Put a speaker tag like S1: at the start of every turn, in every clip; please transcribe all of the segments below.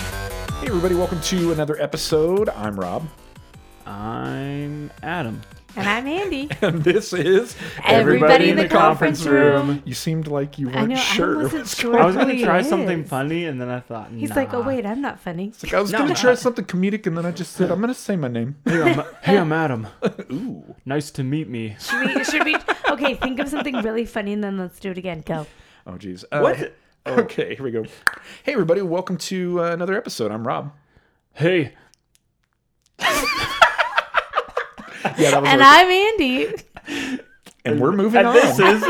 S1: Hey, everybody, welcome to another episode. I'm Rob,
S2: I'm Adam.
S3: And I'm Andy.
S1: and this is
S3: Everybody in the conference room.
S1: You seemed like you
S3: I
S1: weren't
S3: know.
S1: sure.
S3: I wasn't sure.
S2: I was gonna
S3: who he
S2: try
S3: is.
S2: something funny, and then I thought,
S3: He's like, oh
S2: nah.
S3: wait, I'm not funny.
S1: Like, I was going to try something comedic, and then I just said, I'm going to say my name.
S2: Hey, I'm, hey, I'm Adam.
S1: Ooh.
S2: Nice to meet me.
S3: Should we? Should we? Okay, think of something really funny and then let's do it again. Go.
S1: Oh, geez. Uh, Okay, here we go. Hey, everybody, welcome to uh, another episode. I'm Rob.
S2: Hey,
S1: Yeah, that was right.
S3: And I'm Andy.
S1: and we're moving
S2: and
S1: on.
S2: this is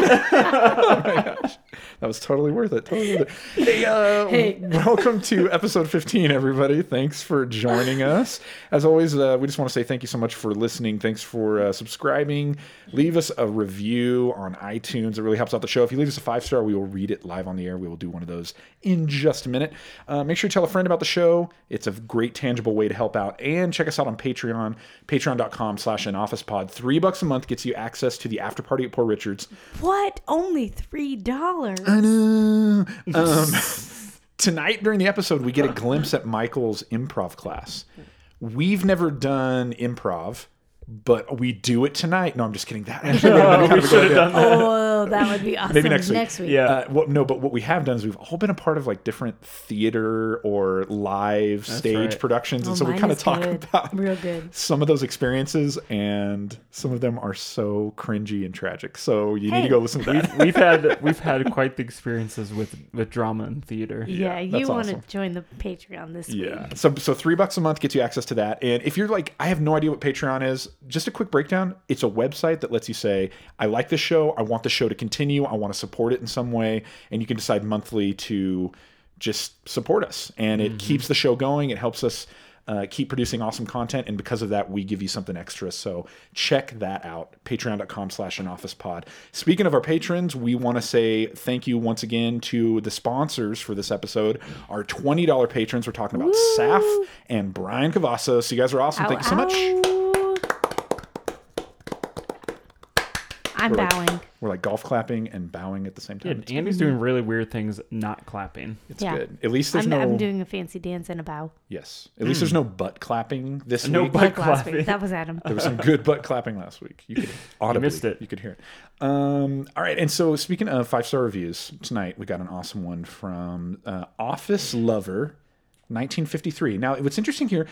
S1: That was totally worth it. Totally worth it. Hey, uh,
S3: Hey.
S1: welcome to episode 15, everybody. Thanks for joining us. As always, uh, we just want to say thank you so much for listening. Thanks for uh, subscribing. Leave us a review on iTunes. It really helps out the show. If you leave us a five star, we will read it live on the air. We will do one of those in just a minute. Uh, make sure you tell a friend about the show. It's a great tangible way to help out. And check us out on Patreon, patreon.com slash an office pod. Three bucks a month gets you access to the after party at Poor Richards.
S3: What? Only three dollars?
S1: I know. Um, tonight during the episode, we get a glimpse at Michael's improv class. We've never done improv, but we do it tonight. No, I'm just kidding. That actually would have been kind of a good
S2: should have
S1: idea.
S2: done that.
S3: Oh, that would be awesome.
S1: Maybe next week.
S2: Yeah.
S1: Uh, what, no, but what we have done is we've all been a part of like different theater or live stage
S2: right.
S1: productions,
S3: Oh,
S1: and so we
S3: mine
S1: kind of
S3: is
S1: talk
S3: good.
S1: about
S3: Real good.
S1: some of those experiences, and some of them are so cringy and tragic. So you need to
S3: Hey.
S1: go listen to that.
S2: we've had we've had quite the experiences with with drama and theater.
S3: Yeah,
S1: that's
S3: you want
S1: awesome.
S3: to join the Patreon this
S1: Yeah.
S3: week?
S1: So so three bucks a month gets you access to that. And if you're like, I have no idea what Patreon is, just a quick breakdown. It's a website that lets you say, I like this show, I want the show to continue, I want to support it in some way, and you can decide monthly to just support us. And it keeps the show going. It helps us uh, keep producing awesome content, and because of that, we give you something extra. So check that out. Patreon.com slash an office pod. Speaking of our patrons, we want to say thank you once again to the sponsors for this episode. Our $20 patrons, we're talking about Saf and Brian Cavasso. So you guys are awesome. Thank you so much.
S3: I'm
S1: We're like-
S3: bowing.
S1: We're like golf clapping and bowing at the same
S2: Yeah,
S1: time. It's,
S2: Andy's doing really weird things, not clapping.
S1: it's
S3: yeah.
S1: good. At least there's
S3: I'm,
S1: no
S3: I'm doing Mm. a fancy dance and a bow.
S1: yes. At least there's no butt clapping this
S2: No
S1: week.
S2: butt-
S3: Like last
S2: Clapping.
S3: week. That was Adam.
S1: There was some good butt clapping last week. You could audibly,
S2: missed it.
S1: You could hear it. Um, all right, and so speaking of five star reviews tonight, we got an awesome one from uh, Office Lover, 1953. Now, what's interesting here,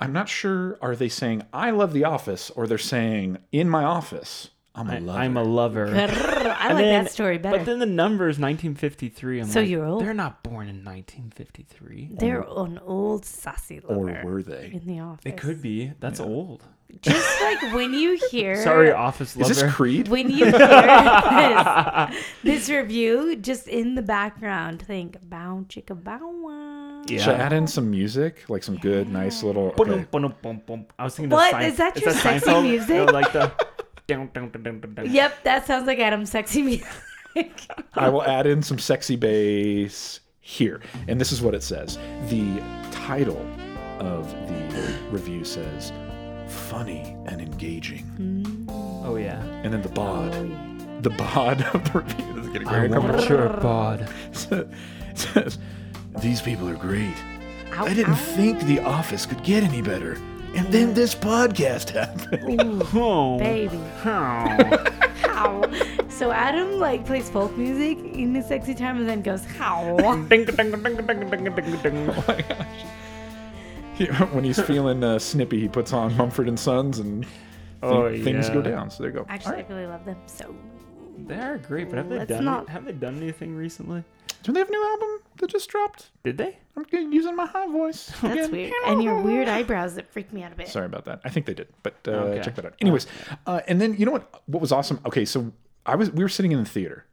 S1: I'm not sure are they saying I love the Office or they're saying in my office I'm a lover.
S2: I'm a lover.
S3: I like
S2: And then-
S3: that story better.
S2: But then the number is 1953. I'm
S3: So
S2: like,
S3: you're old.
S2: They're not born in 1953.
S3: They're an old sassy lover.
S1: or were they?
S3: in the office.
S2: It could be. That's old.
S3: Just like when you hear.
S2: Sorry, office
S1: Is
S2: lover.
S1: this Creed?
S3: When you hear this, this review, just in the background, think bow chicka bow wow.
S2: Yeah.
S1: Should I add in some music, like some good, nice little? Okay.
S2: Ba-dum-bum-bum-bum. I was thinking
S3: What?
S2: Of Seinf-
S3: Is that
S2: it's
S3: your sexy
S2: Seinfeld,
S3: music?
S2: you know, like the. dun, dun, dun, dun, dun, dun.
S3: Yep, that sounds like Adam's sexy music.
S1: I will add in some sexy bass here. And this is what it says. The title of the review says funny and engaging.
S2: Oh yeah.
S1: And then the bod. The bod of the review. This is getting very uncomfortable.
S2: sure bod.
S1: It says these people are great.
S3: Ow,
S1: I didn't
S3: ow.
S1: think the office could get any better. And then this podcast happened.
S2: Oh.
S3: Baby.
S2: Oh.
S3: How? So Adam like plays folk music in his sexy time and then goes how?
S2: Ding, ding, ding, ding, ding, ding, ding, ding.
S1: He- when he's feeling uh, snippy, he puts on Mumford and Sons and thi-
S2: Oh,
S1: things
S2: yeah.
S1: go down. So there you go. All
S3: Actually,
S1: right.
S3: I really love them. So
S2: They are great, but have they
S3: Let's
S2: done?
S3: not-
S2: Have they done anything recently?
S1: Do they have a new album that just dropped?
S2: Did they?
S1: I'm g- using my high voice.
S3: that's
S1: again.
S3: weird. And your weird eyebrows that freak me out a bit.
S1: Sorry about that. I think they did, but uh,
S2: Okay.
S1: check that out. Anyways, uh, and then you know what? What was awesome? Okay, so I was we were sitting in the theater.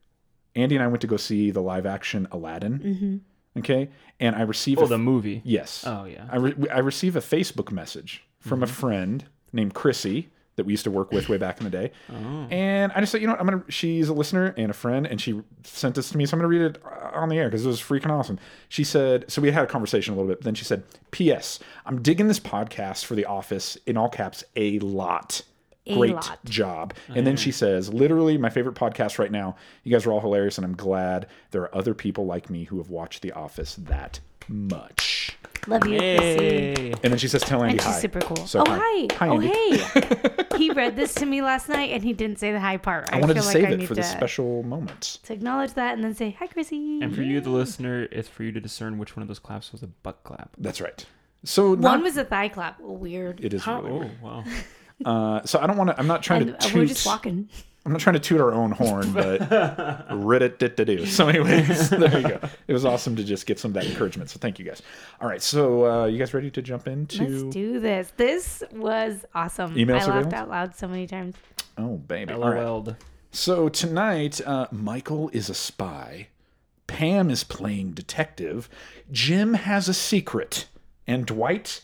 S1: Andy and I went to go see the live action Aladdin. Okay, and I received
S2: Oh,
S1: a,
S2: the movie.
S1: yes.
S2: Oh yeah.
S1: I, re- I receive a Facebook message from a friend named Chrissy that we used to work with way back in the day. And I just said, you know what? I'm going to, she's a listener and a friend, and she sent this to me. So I'm going to read it uh, on the air because it was freaking awesome. She said, so we had a conversation a little bit. Then she said, P.S. I'm digging this podcast for The Office in all caps a lot.
S3: A
S1: Great
S3: lot.
S1: job. And then she says, literally, my favorite podcast right now. You guys are all hilarious, and I'm glad there are other people like me who have watched The Office that much.
S3: Love you, Chrissy.
S2: Hey.
S1: And then she says, "Tell Andy
S3: And she's
S1: hi."
S3: super cool.
S1: So
S3: oh
S1: hi.
S3: hi.
S1: Hi,
S3: oh
S1: Andy.
S3: hey. he read this to me last night and he didn't say the hi part.
S1: I,
S3: I,
S1: wanted
S3: feel
S1: to
S3: like
S1: save
S3: I
S1: it
S3: need
S1: for
S3: to,
S1: this special moment.
S3: to acknowledge that and then say hi, Chrissy.
S2: And for you, the listener, it's for you to discern which one of those claps was a butt clap.
S1: That's right. So
S3: One
S1: not-
S3: was a thigh clap. Weird.
S1: it is really
S2: oh,
S1: weird.
S2: wow.
S1: Uh, so I don't want to. I'm not trying
S3: and uh,
S1: to. Toot,
S3: we're just walking.
S1: I'm not trying to toot our own horn, but Reddit did to do. So, anyways, there you go. It was awesome to just get some of that encouragement. So, thank you guys. All right, so uh, you guys ready to jump into?
S3: Let's do this. This was awesome.
S1: Email
S3: I
S1: surveillance?
S3: laughed out loud so many times.
S1: oh, baby. All right.
S2: LOL'd.
S1: So tonight, uh, Michael is a spy. Pam is playing detective. Jim has a secret, and Dwight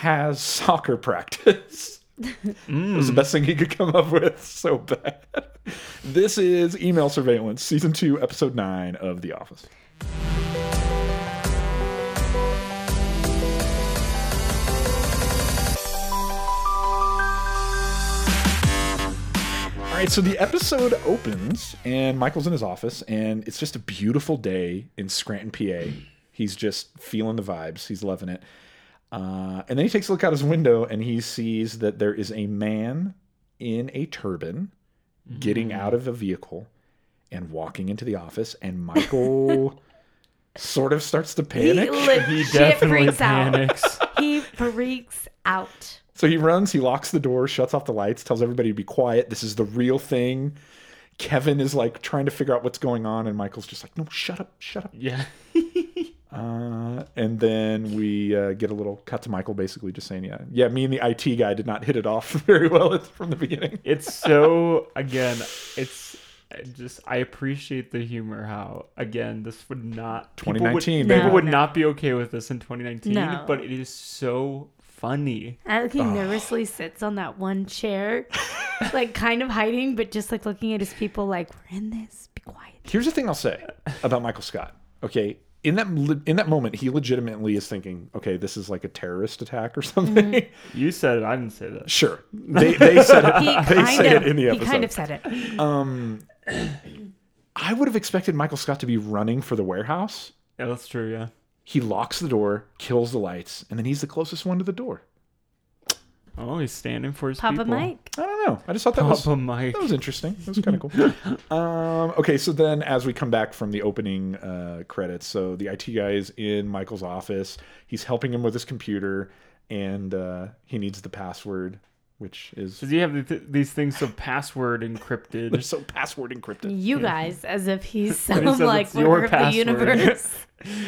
S1: has soccer practice. It was the best thing he could come up with. So bad. This is Email Surveillance, Season 2, Episode 9 of The Office. All right, so the episode opens, and Michael's in his office, and it's just a beautiful day in Scranton, PA. He's just feeling the vibes, he's loving it. Uh, and then he takes a look out his window, and he sees that there is a man in a turban getting out of a vehicle and walking into the office, and Michael sort of starts to
S3: He
S1: panic.
S2: He
S3: legit
S2: definitely
S3: freaks out.
S2: panics.
S3: He freaks out.
S1: So he runs, he locks the door, shuts off the lights, tells everybody to be quiet. This is the real thing. Kevin is like trying to figure out what's going on, and Michael's just like, no, shut up, shut up.
S2: yeah.
S1: Uh, and then we uh, get a little cut to Michael basically just saying, yeah, yeah, me and the IT guy did not hit it off very well at- from the beginning.
S2: It's so, again, it's I just, I appreciate the humor how, again, this would not. people would-
S1: 2019,
S2: People would,
S3: No, no.
S2: not be okay with this in 2019,
S3: No.
S2: but it is so funny.
S3: I think he nervously sits on that one chair, like kind of hiding, but just like looking at his people, like we're in this. Be quiet.
S1: Here's the thing I'll say about Michael Scott. Okay, in that le- in that moment, he legitimately is thinking, okay, this is like a terrorist attack or something.
S2: You said it, I didn't say that.
S1: sure, they, they said it.
S3: Mm-hmm. He
S1: they
S3: kind
S1: say
S3: of,
S1: it in the
S3: he
S1: episode.
S3: kind of said it.
S1: I would have expected Michael Scott to be running for the warehouse.
S2: Yeah, that's true, yeah.
S1: He locks the door, kills the lights, and then he's the closest one to the door.
S2: Oh, he's standing for his
S3: Papa
S2: people.
S3: Mike.
S1: I don't know. I just thought that was
S2: Papa
S1: that
S2: Mike.
S1: was interesting. That was kind of cool. um, okay, so then as we come back from the opening uh, credits, so the IT guy is in Michael's office. He's helping him with his computer, and uh, he needs the password, which is
S2: Does he have th- these things so password encrypted?
S1: so password encrypted.
S3: You guys, as if he's some
S2: says
S3: like
S2: it's your
S3: ruler of the
S2: password.
S3: universe.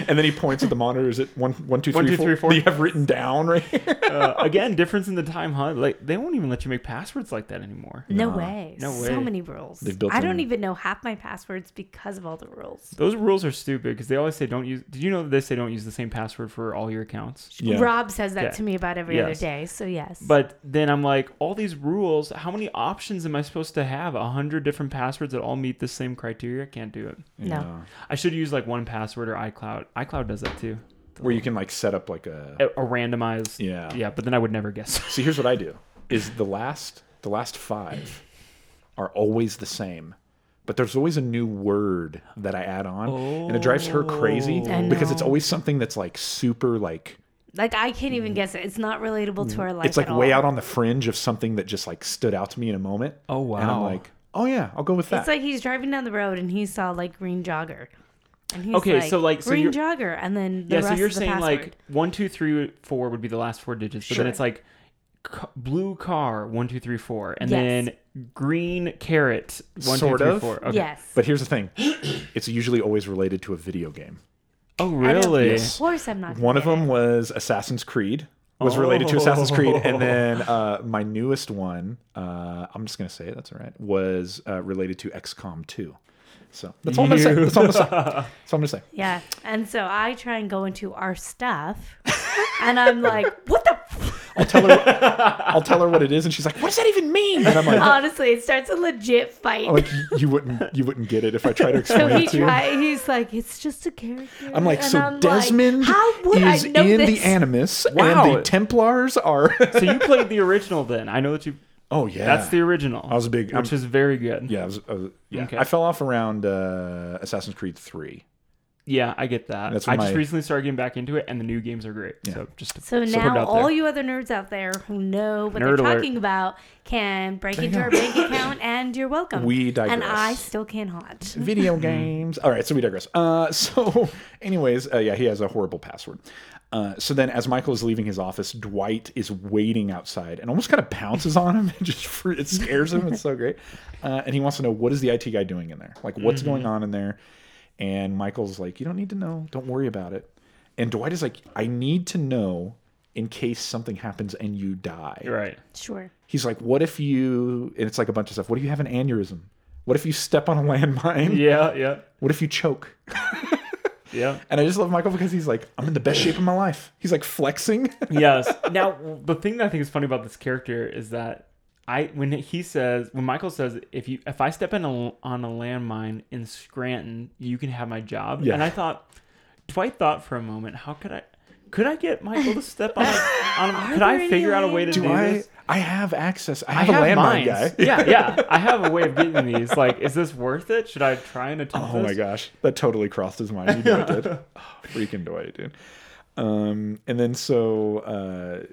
S1: And then he points at the monitors at one, one, two,
S2: One,
S1: three,
S2: two, three,
S1: four.
S2: four.
S1: That you have written down right here.
S2: Uh, again, difference in the time, huh? Like they won't even let you make passwords like that anymore.
S3: No way.
S2: No
S3: So
S2: way.
S3: many rules.
S1: They've built
S3: I don't
S1: in-
S3: even know half my passwords because of all the rules.
S2: Those rules are stupid because they always say don't use. Did you know that they say don't use the same password for all your accounts?
S1: Yeah.
S3: Rob says that
S2: Yeah.
S3: to me about every other
S2: Yes.
S3: day. So yes.
S2: But then I'm like, all these rules. How many options am I supposed to have? A hundred different passwords that all meet the same criteria. I can't do it.
S3: no.
S1: Yeah.
S2: I should use like one password or iCloud. iCloud does that too.
S1: Where you can like set up like a
S2: A, a randomized.
S1: Yeah.
S2: Yeah, but then I would never guess.
S1: See, here's what I do: is the last the last five are always the same, but there's always a new word that I add on, and it drives her crazy
S3: Oh. I
S1: because it's
S3: know.
S1: always something that's like super like
S3: Like I can't even guess it. It's not relatable to our life.
S1: Mm. it's like
S3: at
S1: way
S3: all.
S1: out on the fringe of something that just like stood out to me in a moment.
S2: Oh,
S1: And I'm
S2: wow.
S1: like, oh yeah, I'll go with that.
S3: It's like he's driving down the road and he saw like green jogger. And he's
S2: Okay,
S3: like,
S2: so, like, so
S3: green
S2: you're-
S3: jogger, and then the
S2: yeah,
S3: rest
S2: so you're
S3: of the
S2: saying
S3: password.
S2: like one, two, three, four would be the last four digits, but
S3: Sure.
S2: then it's like c- blue car one, two, three, four, and
S3: Yes.
S2: then green carrot one, two, three, four.
S1: Sort of.
S2: Okay.
S3: yes,
S1: but here's the thing: it's usually always related to a video game.
S2: Oh,
S3: I don't-
S2: really?
S3: Of course, I'm not. gonna
S1: One of
S3: get it.
S1: them was Assassin's Creed. Was related to Assassin's Creed,
S2: Oh.
S1: and then uh, my newest one, uh, I'm just gonna say it. That's all right. Was uh, related to XCOM 2. So that's all I'm gonna say. That's all I'm gonna say. That's all I'm gonna say.
S3: Yeah, and so I try and go into our stuff, and I'm like, what the. F-?
S1: I'll tell her. I'll tell her what it is, and she's like, "What does that even mean?" And I'm like,
S3: Honestly, it starts a legit fight.
S1: I'm like, "You- "You wouldn't, you wouldn't get it if I try to
S3: so
S1: explain
S3: he
S1: it to you."
S3: try, he's like, it's just a character.
S1: I'm like,
S3: and
S1: "So
S3: I'm like,
S1: Desmond
S3: how would
S1: is
S3: I
S1: in
S3: know
S1: the
S3: this?
S1: Animus, and
S2: Wow.
S1: the Templars are."
S2: so you played the original then. I know that you.
S1: oh yeah,
S2: That's the original. I
S1: was a big-
S2: which
S1: I'm-
S2: is very good.
S1: uh, yeah. I, was, I was- yeah.
S2: Okay.
S1: I fell off around uh, Assassin's Creed 3.
S2: Yeah, I get that.
S1: That's
S2: I
S1: what
S2: just
S1: my-
S2: recently started getting back into it, and the new games are great. So just to
S3: So
S2: put it
S3: now
S2: out
S3: all
S2: there.
S3: you other nerds out there who know what
S2: Nerd
S3: they're
S2: alert.
S3: talking about can break into our bank account and you're welcome.
S1: We
S3: And
S1: digress.
S3: I still cannot.
S1: video games. All right, so we digress. Uh, so, anyways, uh, yeah, he has a horrible password. Uh, so then, as Michael is leaving his office, Dwight is waiting outside and almost kind of pounces on him and just fr- it scares him. It's so great. Uh, and he wants to know what is the IT guy doing in there? Like, what's going on in there? And Michael's like, you don't need to know. Don't worry about it. And Dwight is like, I need to know in case something happens and you die
S2: right.
S3: Sure.
S1: he's like, "What if you?" And it's like a bunch of stuff. What if you have an aneurysm? What if you step on a landmine?
S2: Yeah, yeah,
S1: What if you choke?
S2: yeah.
S1: And I just love Michael because he's like, "I'm in the best shape of my life." He's like flexing.
S2: yes. Now, the thing that I think is funny about this character is that I, when he says, when Michael says, if you, if I step in a, on a landmine in Scranton, you can have my job.
S1: Yeah.
S2: And I thought, Dwight thought for a moment, how could I, could I get Michael to step on? A, on a, could
S3: there
S2: I
S3: any
S2: figure out a way to do,
S1: Do I?
S2: this?
S1: I have access. I
S2: I
S1: have,
S2: have
S1: a landmine
S2: mines.
S1: guy.
S2: yeah, yeah. I have a way of getting these. Like, is this worth it? Should I try and attempt
S1: Oh
S2: this?
S1: my gosh, that totally crossed his mind. You know it did. Oh, freaking Dwight, dude. Um, and then so uh,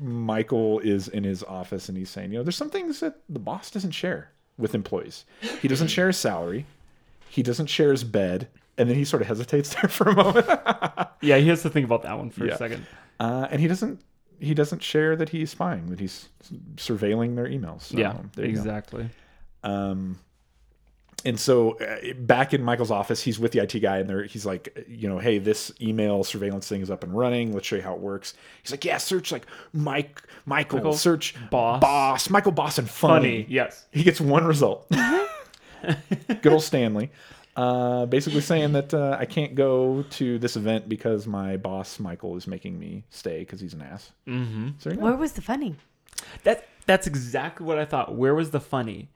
S1: Michael is in his office and he's saying, you know, there's some things that the boss doesn't share with employees. He doesn't share his salary. He doesn't share his bed. And then he sort of hesitates there for a moment.
S2: Yeah, he has to think about that one for
S1: Yeah.
S2: a second.
S1: Uh, and he doesn't he doesn't share that he's spying, that he's surveilling their emails. So
S2: yeah,
S1: there you go.
S2: exactly.
S1: Um, and so uh, back in Michael's office, he's with the IT guy, and there he's like, you know, hey, this email surveillance thing is up and running. Let's show you how it works. He's like, yeah, search like Mike, Michael,
S2: Michael,
S1: search
S2: Boss.
S1: boss, Michael Boss, and funny.
S2: Funny. Yes.
S1: He gets one result. Good old Stanley. Uh, basically saying that uh, I can't go to this event because my boss Michael is making me stay because he's an ass. Mm-hmm. So there you go.
S3: Where was the funny?
S2: That that's exactly what I thought. Where was the funny?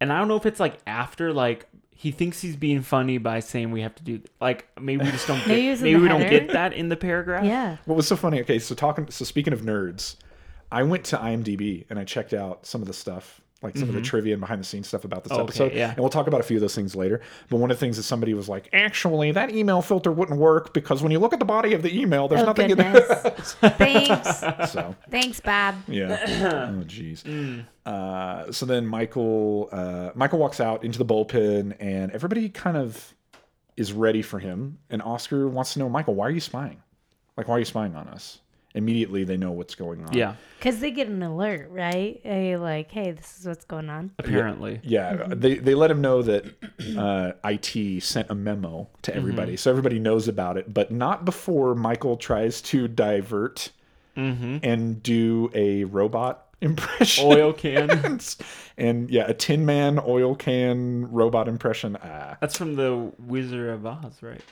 S2: And I don't know if it's like after like he thinks he's being funny by saying we have to do like maybe we just don't get,
S3: Maybe it's
S2: maybe,
S3: in the
S2: we don't
S3: header.
S2: get that in the paragraph.
S3: Yeah.
S1: What was so funny? Okay, so talking. So speaking of nerds, I went to IMDb and I checked out some of the stuff, like some of the trivia and behind the scenes stuff about this
S2: Okay,
S1: episode.
S2: yeah.
S1: And we'll talk about a few of those things later. But one of the things that somebody was like, actually, that email filter wouldn't work because when you look at the body of the email, there's
S3: Oh,
S1: nothing
S3: goodness. Thanks.
S1: in there. So
S3: Thanks, Bob.
S1: yeah. oh jeez. Uh, so then Michael uh, Michael walks out into the bullpen, and everybody kind of is ready for him. And Oscar wants to know, Michael, why are you spying? Like, why are you spying on us? Immediately, they know what's going on.
S2: Yeah.
S3: Because they get an alert, right? Hey, like, hey, this is what's going on.
S2: Apparently.
S1: Yeah, they, they let him know that uh, IT sent a memo to everybody, so everybody knows about it, but not before Michael tries to divert and do a robot impression.
S2: Oil can.
S1: and yeah, a Tin Man oil can robot impression. Ah,
S2: That's from the Wizard of Oz, right?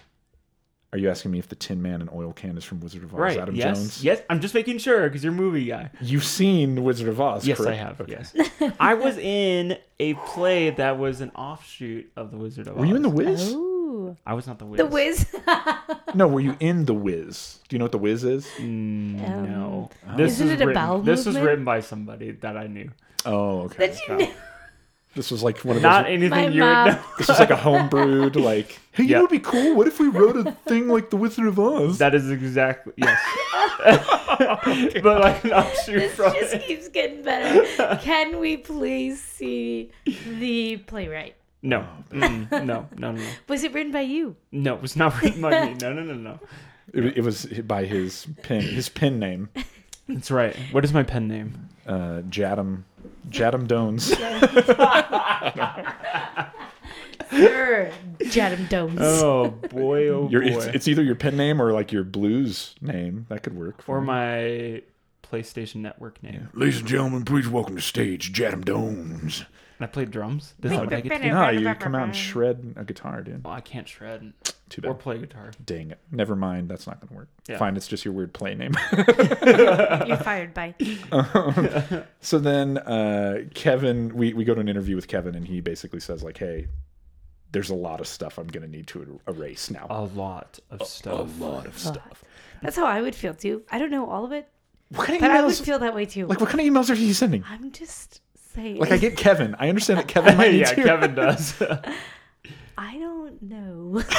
S1: are you asking me if the Tin Man and oil can is from Wizard of Oz?
S2: Right.
S1: Adam
S2: yes.
S1: Jones.
S2: Yes. I'm just making sure because you're a movie guy.
S1: You've seen Wizard of Oz?
S2: Yes, I
S1: correct?
S2: have.
S1: Okay.
S2: Yes. I was in a play that was an offshoot of the Wizard of Oz.
S1: Were you in the Wiz?
S3: Ooh.
S2: I was not the Wiz.
S3: The whiz.
S1: No, were you in the Wiz? Do you know what the Wiz is?
S2: No. This
S3: Isn't
S2: is
S3: it a
S2: written,
S3: bowel
S2: This was
S3: movement?
S2: written by somebody that I knew.
S1: Oh, okay.
S3: Did you know?
S1: This was like one of those.
S2: Not anything
S3: My
S2: you
S3: mom.
S2: would know.
S1: This was like a homebrewed, like, hey, you
S2: Yeah.
S1: know what'd be cool? What if we wrote a thing like The Wizard of Oz?
S2: That is exactly yes. but like an offshoot
S3: This
S2: from
S3: just
S2: it.
S3: keeps getting better. Can we please see the playwright?
S2: No. Mm, no, no, no, no.
S3: Was it written by you?
S2: No, it was not written by me. No, no, no, no.
S1: it, it was by his pen, his pen name,
S2: That's right. What is my pen name?
S1: uh, Jadam, Jadam Dones.
S3: Sure. Jadam Domes.
S2: Oh boy, oh
S1: Your,
S2: boy.
S1: it's, it's either your pen name or like your blues name. That could work.
S2: or my PlayStation Network name.
S1: Ladies and gentlemen, please welcome to stage Jadam Dones.
S2: And I play drums. This is what I get to do.
S1: No, you come out and shred a guitar, dude.
S2: Oh, I can't shred
S1: Too
S2: or
S1: bad.
S2: play guitar.
S1: Dang it. Never mind. That's not going to work.
S2: Yeah.
S1: Fine. It's just your weird play name.
S3: You're fired by.
S1: Um, So then uh, Kevin, we, we go to an interview with Kevin, and he basically says, like, hey, there's a lot of stuff I'm going to need to er- erase now.
S2: A lot of stuff.
S1: lot of stuff.
S3: That's how I would feel too. I don't know all of it,
S1: What kind of
S3: but I would
S1: emails?
S3: feel that way too.
S1: like, what kind of emails are you sending?
S3: I'm just saying.
S1: Like, I get Kevin. I understand that Kevin might need
S2: yeah,
S1: to.
S2: Kevin does.
S3: I don't don't know.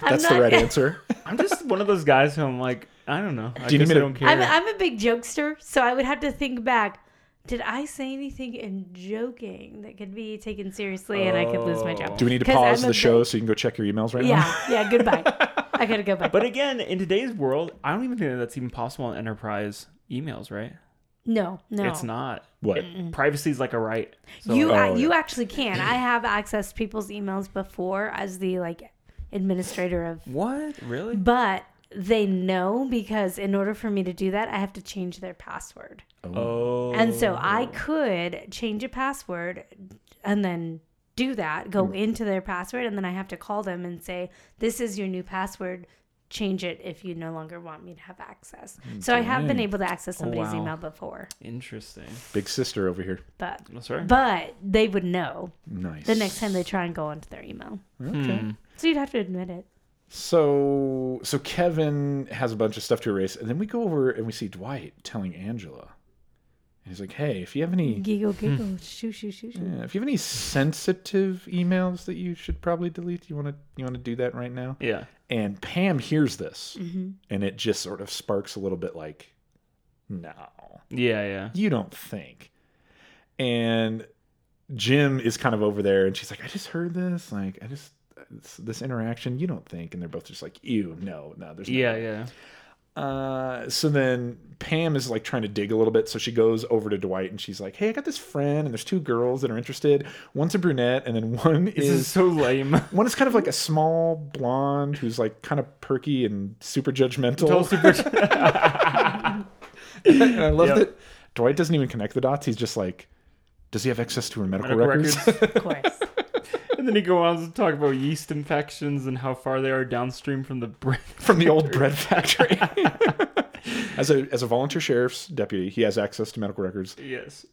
S3: I'm
S1: That's the
S3: not-
S1: right answer.
S2: I'm just one of those guys who I'm like, I don't know. I
S1: Do you need
S2: guess
S1: me
S2: I
S1: to-
S2: don't care.
S3: I'm, I'm a big jokester, so I would have to think back. Did I say anything in joking that could be taken seriously and I could lose my job?
S1: Do we need to
S3: 'Cause
S1: pause
S3: I'm a
S1: the show
S3: big-
S1: so you can go check your emails right now?
S3: Yeah, yeah, goodbye. I gotta go back.
S2: but again, in today's world, I don't even think that that's even possible on enterprise emails, right?
S3: no, no.
S2: It's not.
S1: What?
S2: Privacy is like a right. So
S3: you
S1: Oh,
S3: I-
S1: yeah.
S3: you actually can. I have accessed people's emails before as the like administrator of
S2: what? Really?
S3: but they know because in order for me to do that I have to change their password.
S2: Oh.
S3: And so I could change a password and then do that, go into their password, and then I have to call them and say, This is your new password. Change it if you no longer want me to have access. So I have been
S1: Dang.
S3: able to access somebody's
S2: wow.
S3: email before,
S2: Interesting.
S1: Big sister over here.
S3: but
S2: Oh, sorry.
S3: but they would know
S1: Nice.
S3: the next time they try and go into their email.
S1: Okay.
S3: So you'd have to admit it.
S1: So so Kevin has a bunch of stuff to erase, and then we go over and we see Dwight telling Angela, and he's like, "Hey, if you have any,
S3: Giggle, giggle, shoo, shoo, shoo, shoo.
S1: yeah, if you have any sensitive emails that you should probably delete, you want to you want to do that right now."
S2: yeah.
S1: And Pam hears this,
S3: Mm-hmm.
S1: and it just sort of sparks a little bit like, "No,
S2: Yeah. Yeah.
S1: you don't think." And Jim is kind of over there, and she's like, "I just heard this. Like, I just." This, this interaction, you don't think, and they're both just like, "Ew, no, no, there's no
S2: Yeah. Yeah.
S1: uh, so then Pam is like trying to dig a little bit, so she goes over to Dwight and she's like, "Hey, I got this friend, and there's two girls that are interested. One's a brunette, and then one
S2: This is
S1: is
S2: so lame.
S1: one is kind of like a small blonde who's like kind of perky and super
S2: Tell
S1: judgmental."
S2: super.
S1: and I love
S2: Yep.
S1: that Dwight doesn't even connect the dots. He's just like, "Does he have access to her medical,
S2: Medical
S1: records?"
S3: Of course.
S2: And then he goes on to talk about yeast infections and how far they are downstream from the brain.
S1: From the old bread factory. as a as a volunteer sheriff's deputy, he has access to medical records.
S2: yes.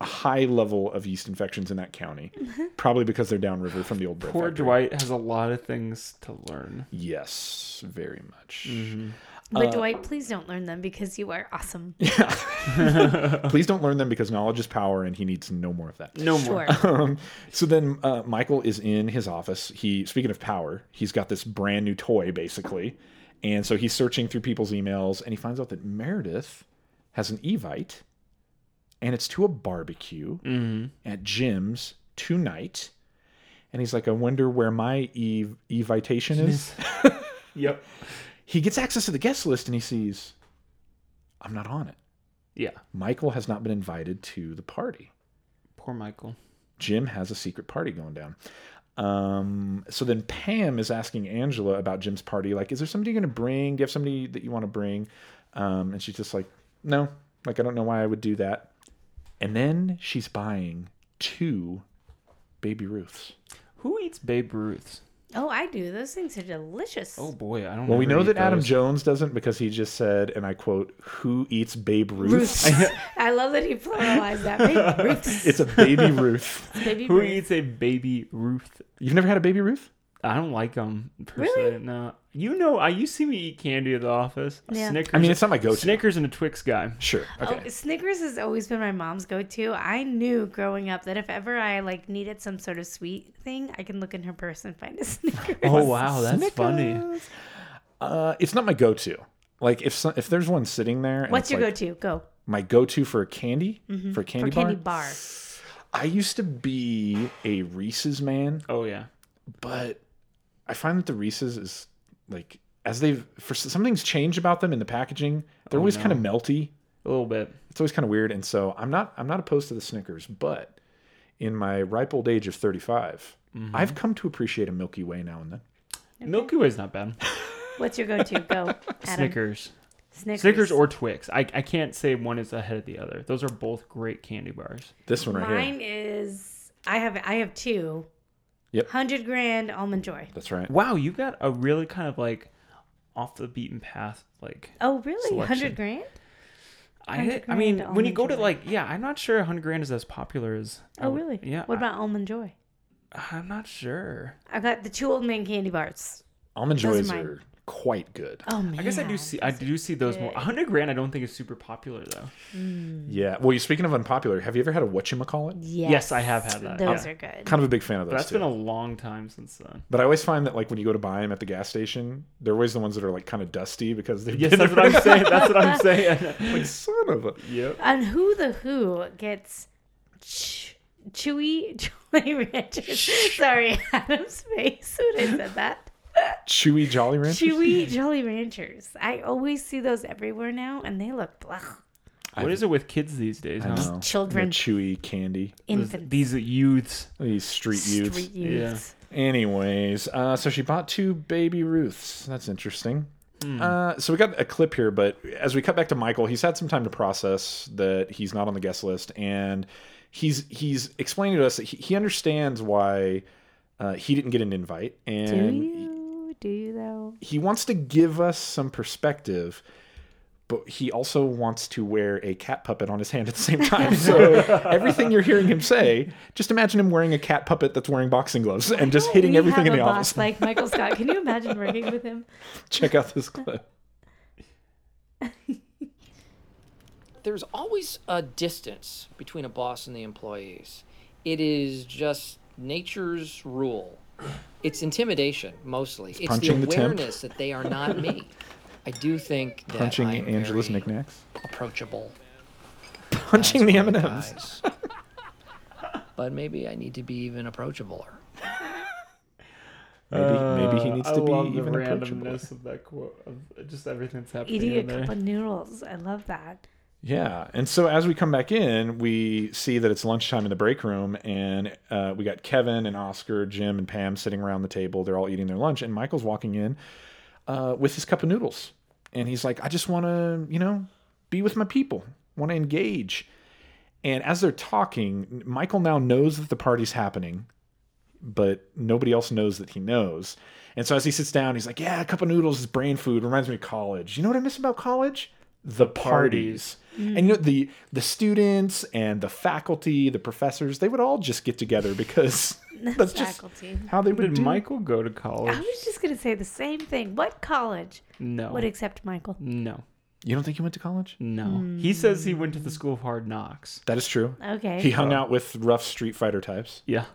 S1: a high level of yeast infections in that county, probably because they're downriver from the old bread
S2: Poor
S1: factory.
S2: Dwight has a lot of things to learn.
S1: Yes, very much.
S3: But Dwight, please don't learn them because you are awesome.
S1: Please don't learn them because knowledge is power, and he needs no more of that.
S2: No more.
S3: Sure.
S1: Um, so then uh, Michael is in his office. He, speaking of power, he's got this brand new toy basically, and so he's searching through people's emails, and he finds out that Meredith has an Evite, and it's to a barbecue at Jim's tonight. And he's like, I wonder where my Eve Evitation is.
S2: Yep.
S1: he gets access to the guest list, and he sees, I'm not on it.
S2: Yeah.
S1: Michael has not been invited to the party.
S2: Poor Michael.
S1: Jim has a secret party going down. Um, so then Pam is asking Angela about Jim's party. Like, is there somebody you're going to bring? Do you have somebody that you want to bring? Um, and she's just like, no, like, I don't know why I would do that. And then she's buying two baby Ruths.
S2: Who eats Babe Ruths?
S3: Oh, I do. Those things are delicious.
S2: Oh boy, I don't.
S1: Well, we
S2: ever
S1: know
S2: eat
S1: that Adam
S2: those.
S1: Jones doesn't because he just said, and I quote, who eats babe Ruths?
S3: Ruths. I love that he pluralized that. Baby Ruths.
S1: it's a baby Ruth.
S3: Baby
S2: Who
S3: Ruth.
S2: eats a baby Ruth?
S1: You've never had a baby Ruth?
S2: I don't like them. Per
S3: Really?
S2: Se. No. You know, I you see me eat candy at the office. A
S3: Yeah.
S2: Snickers.
S1: I mean, it's not my go-to.
S2: Snickers and a Twix guy.
S1: Sure.
S3: Oh, Snickers has always been my mom's go-to. I knew growing up that if ever I like needed some sort of sweet thing, I can look in her purse and find a Snickers.
S2: Oh wow, that's funny.
S1: Snickers. Uh, it's not my go-to. Like if some, if there's one sitting there, and
S3: What's
S1: it's
S3: your
S1: like
S3: go-to? Go
S1: My go-to for a candy for a
S3: Mm-hmm. for
S1: candy,
S3: candy
S1: bar.
S3: bar.
S1: I used to be a Reese's man,
S2: Oh yeah.
S1: but I find that the Reese's is like as they've for something's changed about them in the packaging. They're
S3: Oh,
S1: always kind of melty.
S2: A little bit.
S1: It's always kind of weird, and so I'm not I'm not opposed to the Snickers, but in my ripe old age of 35,
S3: Mm-hmm.
S1: I've come to appreciate a Milky Way now and then.
S2: Milky Way's not bad.
S3: What's your go-to? Go. Adam.
S2: Snickers.
S3: Snickers.
S2: Snickers or Twix. I, I can't say one is ahead of the other. Those are both great candy bars.
S1: This one right here.
S3: Mine is. I have. I have two.
S1: Yep.
S3: Hundred grand almond joy.
S1: That's right.
S2: Wow, you got a really kind of like off the beaten path like
S3: Oh, really?
S2: Selection.
S3: Hundred grand?
S2: I,
S3: 100
S2: I mean,
S3: grand
S2: when you go to
S3: almond joy.
S2: like, yeah, I'm not sure 100 grand is as popular as. I
S3: Oh,
S2: would-
S3: really?
S2: Yeah.
S3: What about almond joy?
S2: I, am not sure.
S3: I got the two old man candy bars.
S1: Almond
S3: Those are
S1: joys
S3: mine.
S1: are quite good.
S3: Oh man.
S2: I guess I do see I do see those more. A hundred grand I don't think is super popular though.
S3: Um,
S1: Yeah. Well, you speaking of unpopular, have you ever had a whatchamacallit?
S3: Yes,
S2: I have had that,
S3: Those
S2: yeah.
S3: are good.
S1: Kind of a big fan of
S2: But
S1: those.
S2: that's
S1: too.
S2: been a long time since uh, then.
S1: But I always find that like when you go to buy them at the gas station, they're always the ones that are like kind of dusty because they've
S2: Yes,
S1: been
S2: that's what I'm saying. That's what I'm saying.
S1: like son of a.
S2: yep.
S3: And who the who gets ch- chewy Jolly Ranchers? Sorry, Adam's face when I said that.
S1: Chewy Jolly Ranchers.
S3: Chewy Jolly Ranchers. I always see those everywhere now, and they look blah.
S1: I-
S2: What is it with kids these days?
S1: I
S2: Huh?
S1: know.
S3: Children.
S1: They're Chewy candy.
S2: Those-
S3: Infant
S2: These youths.
S1: These street youths.
S3: street youths.
S1: Anyways, uh, so she bought two baby Ruths. That's interesting.
S2: Hmm.
S1: Uh, so we got a clip here, but as we cut back to Michael, he's had some time to process that he's not on the guest list, and he's he's explaining to us that he, he understands why uh, he didn't get an invite,
S3: Do
S1: and
S3: you? Do you though?
S1: he wants to give us some perspective, but he also wants to wear a cat puppet on his hand at the same time. So everything you're hearing him say, just imagine him wearing a cat puppet that's wearing boxing gloves and just hitting
S3: Oh, We
S1: everything
S3: have
S1: in
S3: a
S1: the
S3: boss
S1: office.
S3: Like Michael Scott, can you imagine working with him?
S1: Check out this clip.
S4: there's always a distance between a boss and the employees. It is just nature's rule. It's intimidation mostly. It's, the
S1: punching the temp.
S4: awareness that they are not me. I do think that
S1: Punching
S4: I'm
S1: Angela's
S4: very
S1: knickknacks.
S4: approachable.
S1: Punching the M
S4: as one
S1: and M's.
S4: dies. but maybe I need to be even approachabler.
S1: Maybe maybe he needs
S2: I
S1: to be
S2: love
S1: even
S2: Uh, the
S1: approachable.
S2: randomness of that quote of just everything that's happening
S3: Eating a
S2: in there.
S3: cup of noodles. I love that.
S1: Yeah, and so as we come back in, we see that it's lunchtime in the break room, and uh, we got Kevin and Oscar, Jim and Pam sitting around the table. They're all eating their lunch, and Michael's walking in uh, with his cup of noodles, and he's like, "I just want to, you know, be with my people, want to engage." And as they're talking, Michael now knows that the party's happening, but nobody else knows that he knows. And so as he sits down, he's like, "Yeah, a cup of noodles is brain food. Reminds me of college. You know what I miss about college? The parties." And you know the the students and the faculty, the professors, they would all just get together because that's just
S3: Faculty.
S1: how they would
S2: Did
S1: do.
S2: Michael go to college?
S3: I was just gonna say the same thing. What college
S2: no.
S3: would accept Michael?
S2: no.
S1: You don't think he went to college?
S2: No.
S3: Hmm.
S2: He says he went to the school of hard knocks.
S1: That is true.
S3: Okay.
S1: He hung out with rough street fighter types.
S2: Yeah.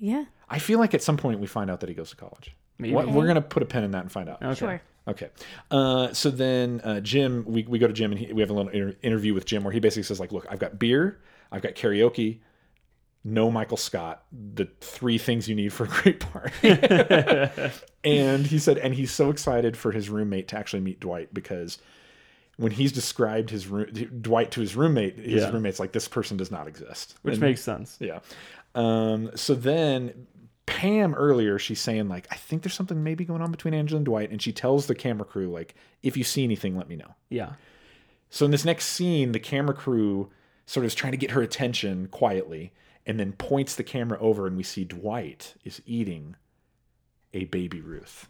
S3: yeah.
S1: I feel like at some point we find out that he goes to college.
S2: Maybe.
S1: What- We're gonna put a pin in that and find out.
S2: Okay.
S3: Sure.
S1: Okay. Uh, so then uh, Jim, we, we go to Jim and he, we have a little inter- interview with Jim where he basically says like, look, I've got beer, I've got karaoke, no Michael Scott, the three things you need for a great party. and he said, and he's so excited for his roommate to actually meet Dwight because when he's described his room, Dwight to his roommate, his
S2: Yeah.
S1: roommate's like, this person does not exist.
S2: Which
S1: And-
S2: makes sense.
S1: yeah. Um, so then Pam earlier, she's saying, like, I think there's something maybe going on between Angela and Dwight, and she tells the camera crew, like, if you see anything, let me know.
S2: Yeah.
S1: So in this next scene, the camera crew sort of is trying to get her attention quietly and then points the camera over, and we see Dwight is eating a baby Ruth.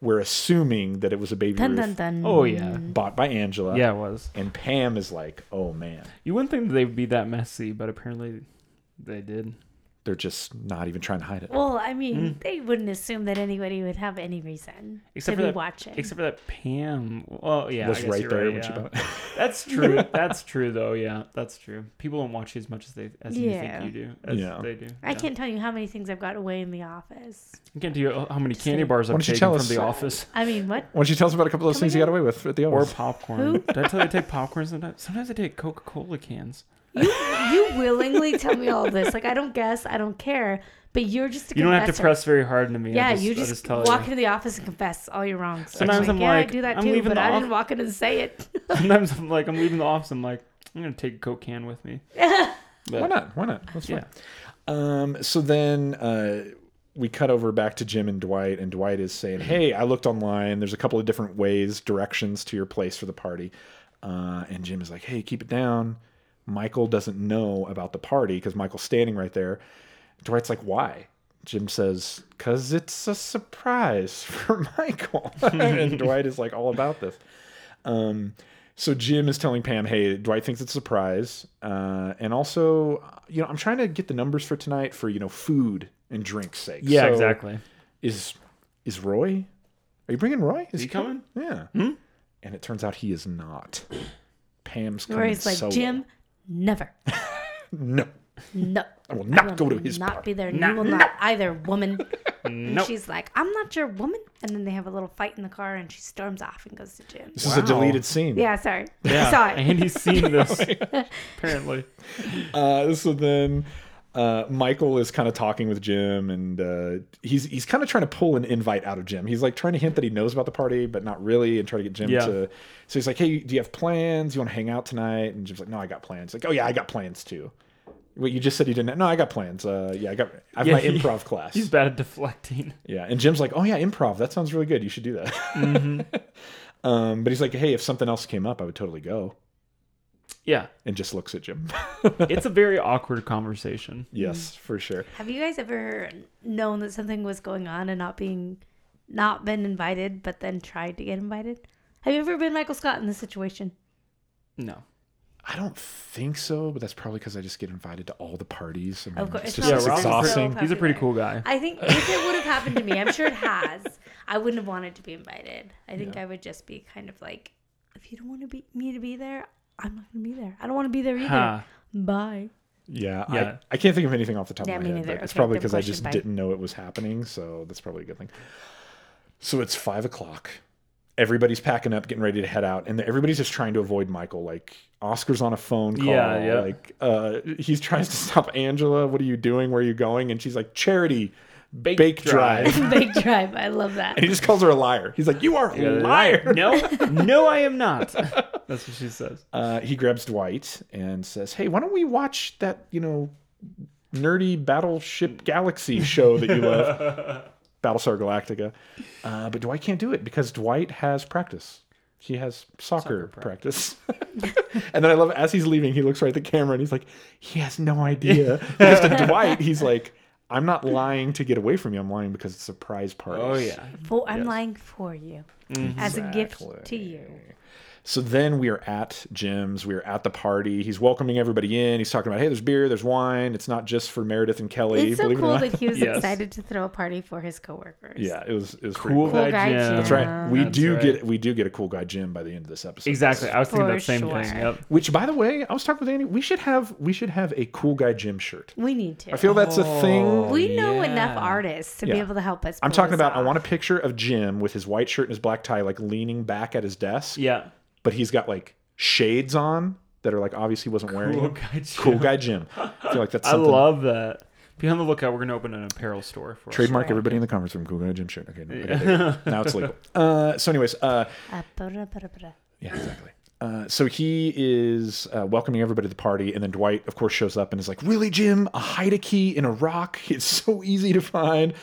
S1: We're assuming that it was a baby
S3: Dun dun
S1: Ruth
S3: dun.
S2: Oh yeah.
S1: bought by Angela.
S2: Yeah, it was.
S1: And Pam is like, oh man,
S2: You wouldn't think they would be that messy, but apparently they did.
S1: they're just not even trying to hide it.
S3: Well, I mean, they wouldn't assume that anybody would have any reason
S2: Mm. Except
S3: to
S2: for
S3: be
S2: that,
S3: watching.
S2: Except for that Pam. Well, yeah, I
S1: was
S2: guess
S1: right
S2: you're
S1: there when
S2: yeah.
S1: she bought it.
S2: That's true. That's true, though. Yeah, that's true. People don't watch you as much as they as
S3: Yeah.
S2: you think you do. As
S1: Yeah.
S2: they do.
S3: I
S2: Yeah.
S3: can't tell you how many things I've got away in the office.
S2: I can't tell you how many candy bars
S1: Why
S2: I've
S1: don't you
S2: taken
S1: tell
S2: from
S1: us?
S2: the office
S3: I mean, what?
S1: Why don't you tell us about a couple of those
S3: Come
S1: things you got
S3: again?
S1: away with at the
S2: or
S1: office?
S2: popcorn. Did I tell you I take popcorn sometimes? Sometimes I take Coca Cola cans.
S3: You willingly tell me all this. Like, I don't guess, I don't care, but you're just a
S2: You don't have to
S3: confessor.
S2: press very hard into me. I
S3: Yeah,
S2: just-
S3: you
S2: I
S3: just,
S2: tell
S3: walk
S2: you.
S3: into the office and confess all your wrongs.
S2: Sometimes I'm
S3: yeah,
S2: like,
S3: I do that
S2: I'm
S3: too,
S2: leaving
S3: but
S2: the
S3: I didn't
S2: off-
S3: walk in and say it.
S2: Sometimes I'm like, I'm leaving the office. I'm like, I'm gonna take a Coke can with me.
S1: Why not? Why not? That's
S2: Yeah.
S1: fine. Um, so then uh, we cut over back to Jim and Dwight, and Dwight is saying, "Hey, I looked online. There's a couple of different ways, directions to your place for the party." Uh, and Jim is like, "Hey, keep it down." Michael doesn't know about the party because Michael's standing right there. Dwight's like, "Why?" Jim says, "Cause it's a surprise for Michael." and Dwight is like all about this. Um, so Jim is telling Pam, "Hey, Dwight thinks it's a surprise, uh, and also, you know, I'm trying to get the numbers for tonight for you know food and drinks sake.
S2: Yeah,
S1: So
S2: exactly.
S1: Is is Roy Are you bringing Roy? Is
S2: he coming?
S1: Yeah. And it turns out he is not. Pam's coming.
S3: Where he's like,
S1: solo.
S3: Jim, never.
S1: No,
S3: No.
S1: I will not
S3: I will
S1: go to his
S3: not
S1: party.
S3: be there.
S2: Nah,
S3: you will not either, woman. And
S2: Nope.
S3: she's like, I'm not your woman. And then they have a little fight in the car and she storms off and goes to Jim.
S1: This is a
S2: Wow.
S1: deleted scene.
S3: Yeah, sorry.
S2: Yeah,
S3: I saw it.
S2: and he's seen this apparently.
S1: Uh, so then uh, Michael is kind of talking with Jim, and uh, he's he's kind of trying to pull an invite out of Jim. He's like trying to hint that he knows about the party, but not really, and try to get Jim
S2: Yeah.
S1: to. So he's like, "Hey, do you have plans? You want to hang out tonight?" And Jim's like, "No, I got plans." Like, "Oh yeah, I got plans too." Wait, you just said you didn't. have- No, I got plans. Uh, yeah, I got. I have
S2: Yeah,
S1: my
S2: he-
S1: improv class.
S2: He's bad at deflecting.
S1: Yeah, and Jim's like, "Oh yeah, improv. That sounds really good. You should do that."
S2: Mm-hmm.
S1: um, but he's like, "Hey, if something else came up, I would totally go."
S2: Yeah,
S1: And just looks at Jim.
S2: it's a very awkward conversation.
S1: yes, for sure.
S3: Have you guys ever known that something was going on and not being, not been invited, but then tried to get invited? Have you ever been Michael Scott in this situation?
S2: No,
S1: I don't think so, but that's probably because I just get invited to all the parties. I mean,
S3: Of course,
S1: it's just
S3: it's not
S1: it's
S3: like
S2: Rob's
S3: it's so
S1: exhausting.
S2: A pretty, he's a pretty cool guy.
S3: I think if it would have happened to me, I'm sure it has. I wouldn't have wanted to be invited. I think I would just be kind of like, if you don't want to be me to be there, I'm not going to be there. I don't want to be there either.
S2: Huh.
S3: Bye.
S1: yeah,
S2: Yeah.
S1: I, I can't think of anything off the top
S3: Yeah,
S1: of my
S3: me
S1: head.
S3: neither.
S1: But it's
S3: Okay,
S1: probably
S3: good
S1: because I
S3: question,
S1: just
S3: bye.
S1: didn't know it was happening, so that's probably a good thing. So it's five o'clock. Everybody's packing up, getting ready to head out, and everybody's just trying to avoid Michael. Like Oscar's on a phone call.
S2: Yeah, yeah.
S1: Like uh, he tries to stop Angela. What are you doing? Where are you going? And she's like, charity, bake,
S2: Bake
S1: drive.
S2: drive."
S3: Big drive. I love that.
S1: and he just calls her a liar. He's like, you are a liar.
S2: No, no, I am not. That's what she says.
S1: uh, he grabs Dwight and says, "Hey, why don't we watch that you know nerdy Battleship Galaxy show that you love, Battlestar Galactica?" Uh, but Dwight can't do it because Dwight has practice. He has soccer, practice. and then I love as he's leaving, he looks right at the camera and he's like, "He has no idea." because to Dwight, he's like. I'm not lying to get away from you. I'm lying because it's a surprise party.
S2: Oh yeah,
S3: For, I'm lying for you
S1: Mm-hmm.
S3: as a gift to
S1: Exactly.
S3: you.
S1: So then we are at Jim's. We are at the party. He's welcoming everybody in. He's talking about, hey, there's beer, there's wine. It's not just for Meredith and Kelly.
S3: It's so
S1: believe it
S3: cool
S1: or not.
S3: that he was
S2: Yes.
S3: excited to throw a party for his coworkers.
S1: yeah, it was it was pretty
S2: cool,
S1: cool.
S2: guy,
S3: guy
S2: Jim.
S3: Jim.
S1: That's right. We do
S2: right.
S1: get we do get a cool guy Jim by the end of this episode.
S2: Exactly. I was thinking
S3: For
S2: that same
S3: sure.
S2: thing. Yep.
S1: Which, by the way, I was talking with Andy. We should have we should have a cool guy Jim shirt.
S3: We need to.
S1: I feel that's a thing.
S3: Oh. we know
S2: yeah.
S3: enough artists to be
S1: Oh, Yeah.
S3: able to help us.
S1: I'm talking about. I want a picture of Jim with his white shirt and his black tie, like leaning back at his desk.
S2: Yeah.
S1: But he's got like shades on that are like obviously he wasn't wearing.
S2: Cool
S1: them.
S2: guy. Jim.
S1: Cool guy Jim. I feel like that's
S2: I
S1: something.
S2: love that. Be on the lookout. We're gonna open an apparel store for us.
S1: Trademark everybody in the conference room. Cool guy Jim shirt. Okay, no, I gotta take it. now it's legal. Uh, so, anyways, uh,
S3: to.
S1: yeah, exactly. Uh, so he is uh, welcoming everybody to the party, and then Dwight, of course, shows up and is like, "Really, Jim? A hide key in a rock? It's so easy to find."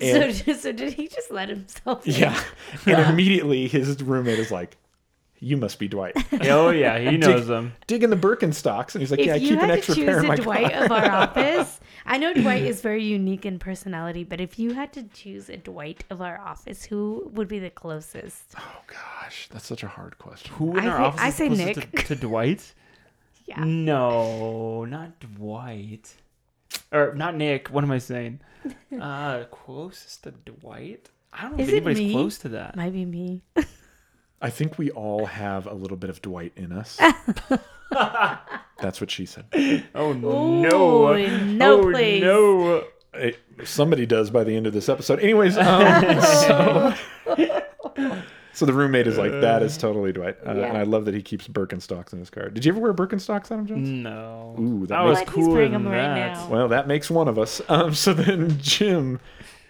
S1: And
S3: So, so did he just let himself? in?
S1: yeah, and immediately his roommate is like, "You must be Dwight."
S2: Oh yeah, he knows them.
S1: Dig in the Birkenstocks, and he's like,
S3: If
S1: "Yeah, I
S3: you
S1: keep
S3: had
S1: an extra
S3: to
S1: pair
S3: choose
S1: in
S3: a
S1: my
S3: Dwight
S1: car."
S3: of our office, I know Dwight is very unique in personality, but if you had to choose a Dwight of our office, who would be the closest?
S1: Oh gosh, that's such a hard question.
S2: Who in
S3: I
S2: our
S3: thi-
S2: office
S3: I
S2: is
S3: say
S2: closest
S3: Nick.
S2: To, to Dwight?
S3: Yeah.
S2: No, not Dwight. Or not Nick. What am I saying? Uh, closest to Dwight? I don't know
S3: Is
S2: if
S3: it
S2: anybody's
S3: me?
S2: close to that.
S3: Might be me.
S1: I think we all have a little bit of Dwight in us. That's what she said.
S2: Oh no!
S3: Ooh, no,
S2: oh,
S3: please.
S2: No.
S1: Hey, somebody does by the end of this episode. Anyways, um, so, so the roommate is like, that is totally Dwight. Uh,
S3: Yeah.
S1: And I love that he keeps Birkenstocks in his car. Did you ever wear Birkenstocks, Adam
S2: Mm.
S1: Jones?
S2: No.
S1: Ooh, that
S2: I
S1: makes-
S2: was
S3: But he's
S2: cooler
S3: wearing
S2: than
S3: them right
S2: that.
S3: now.
S1: Well, that makes one of us. Um, so then Jim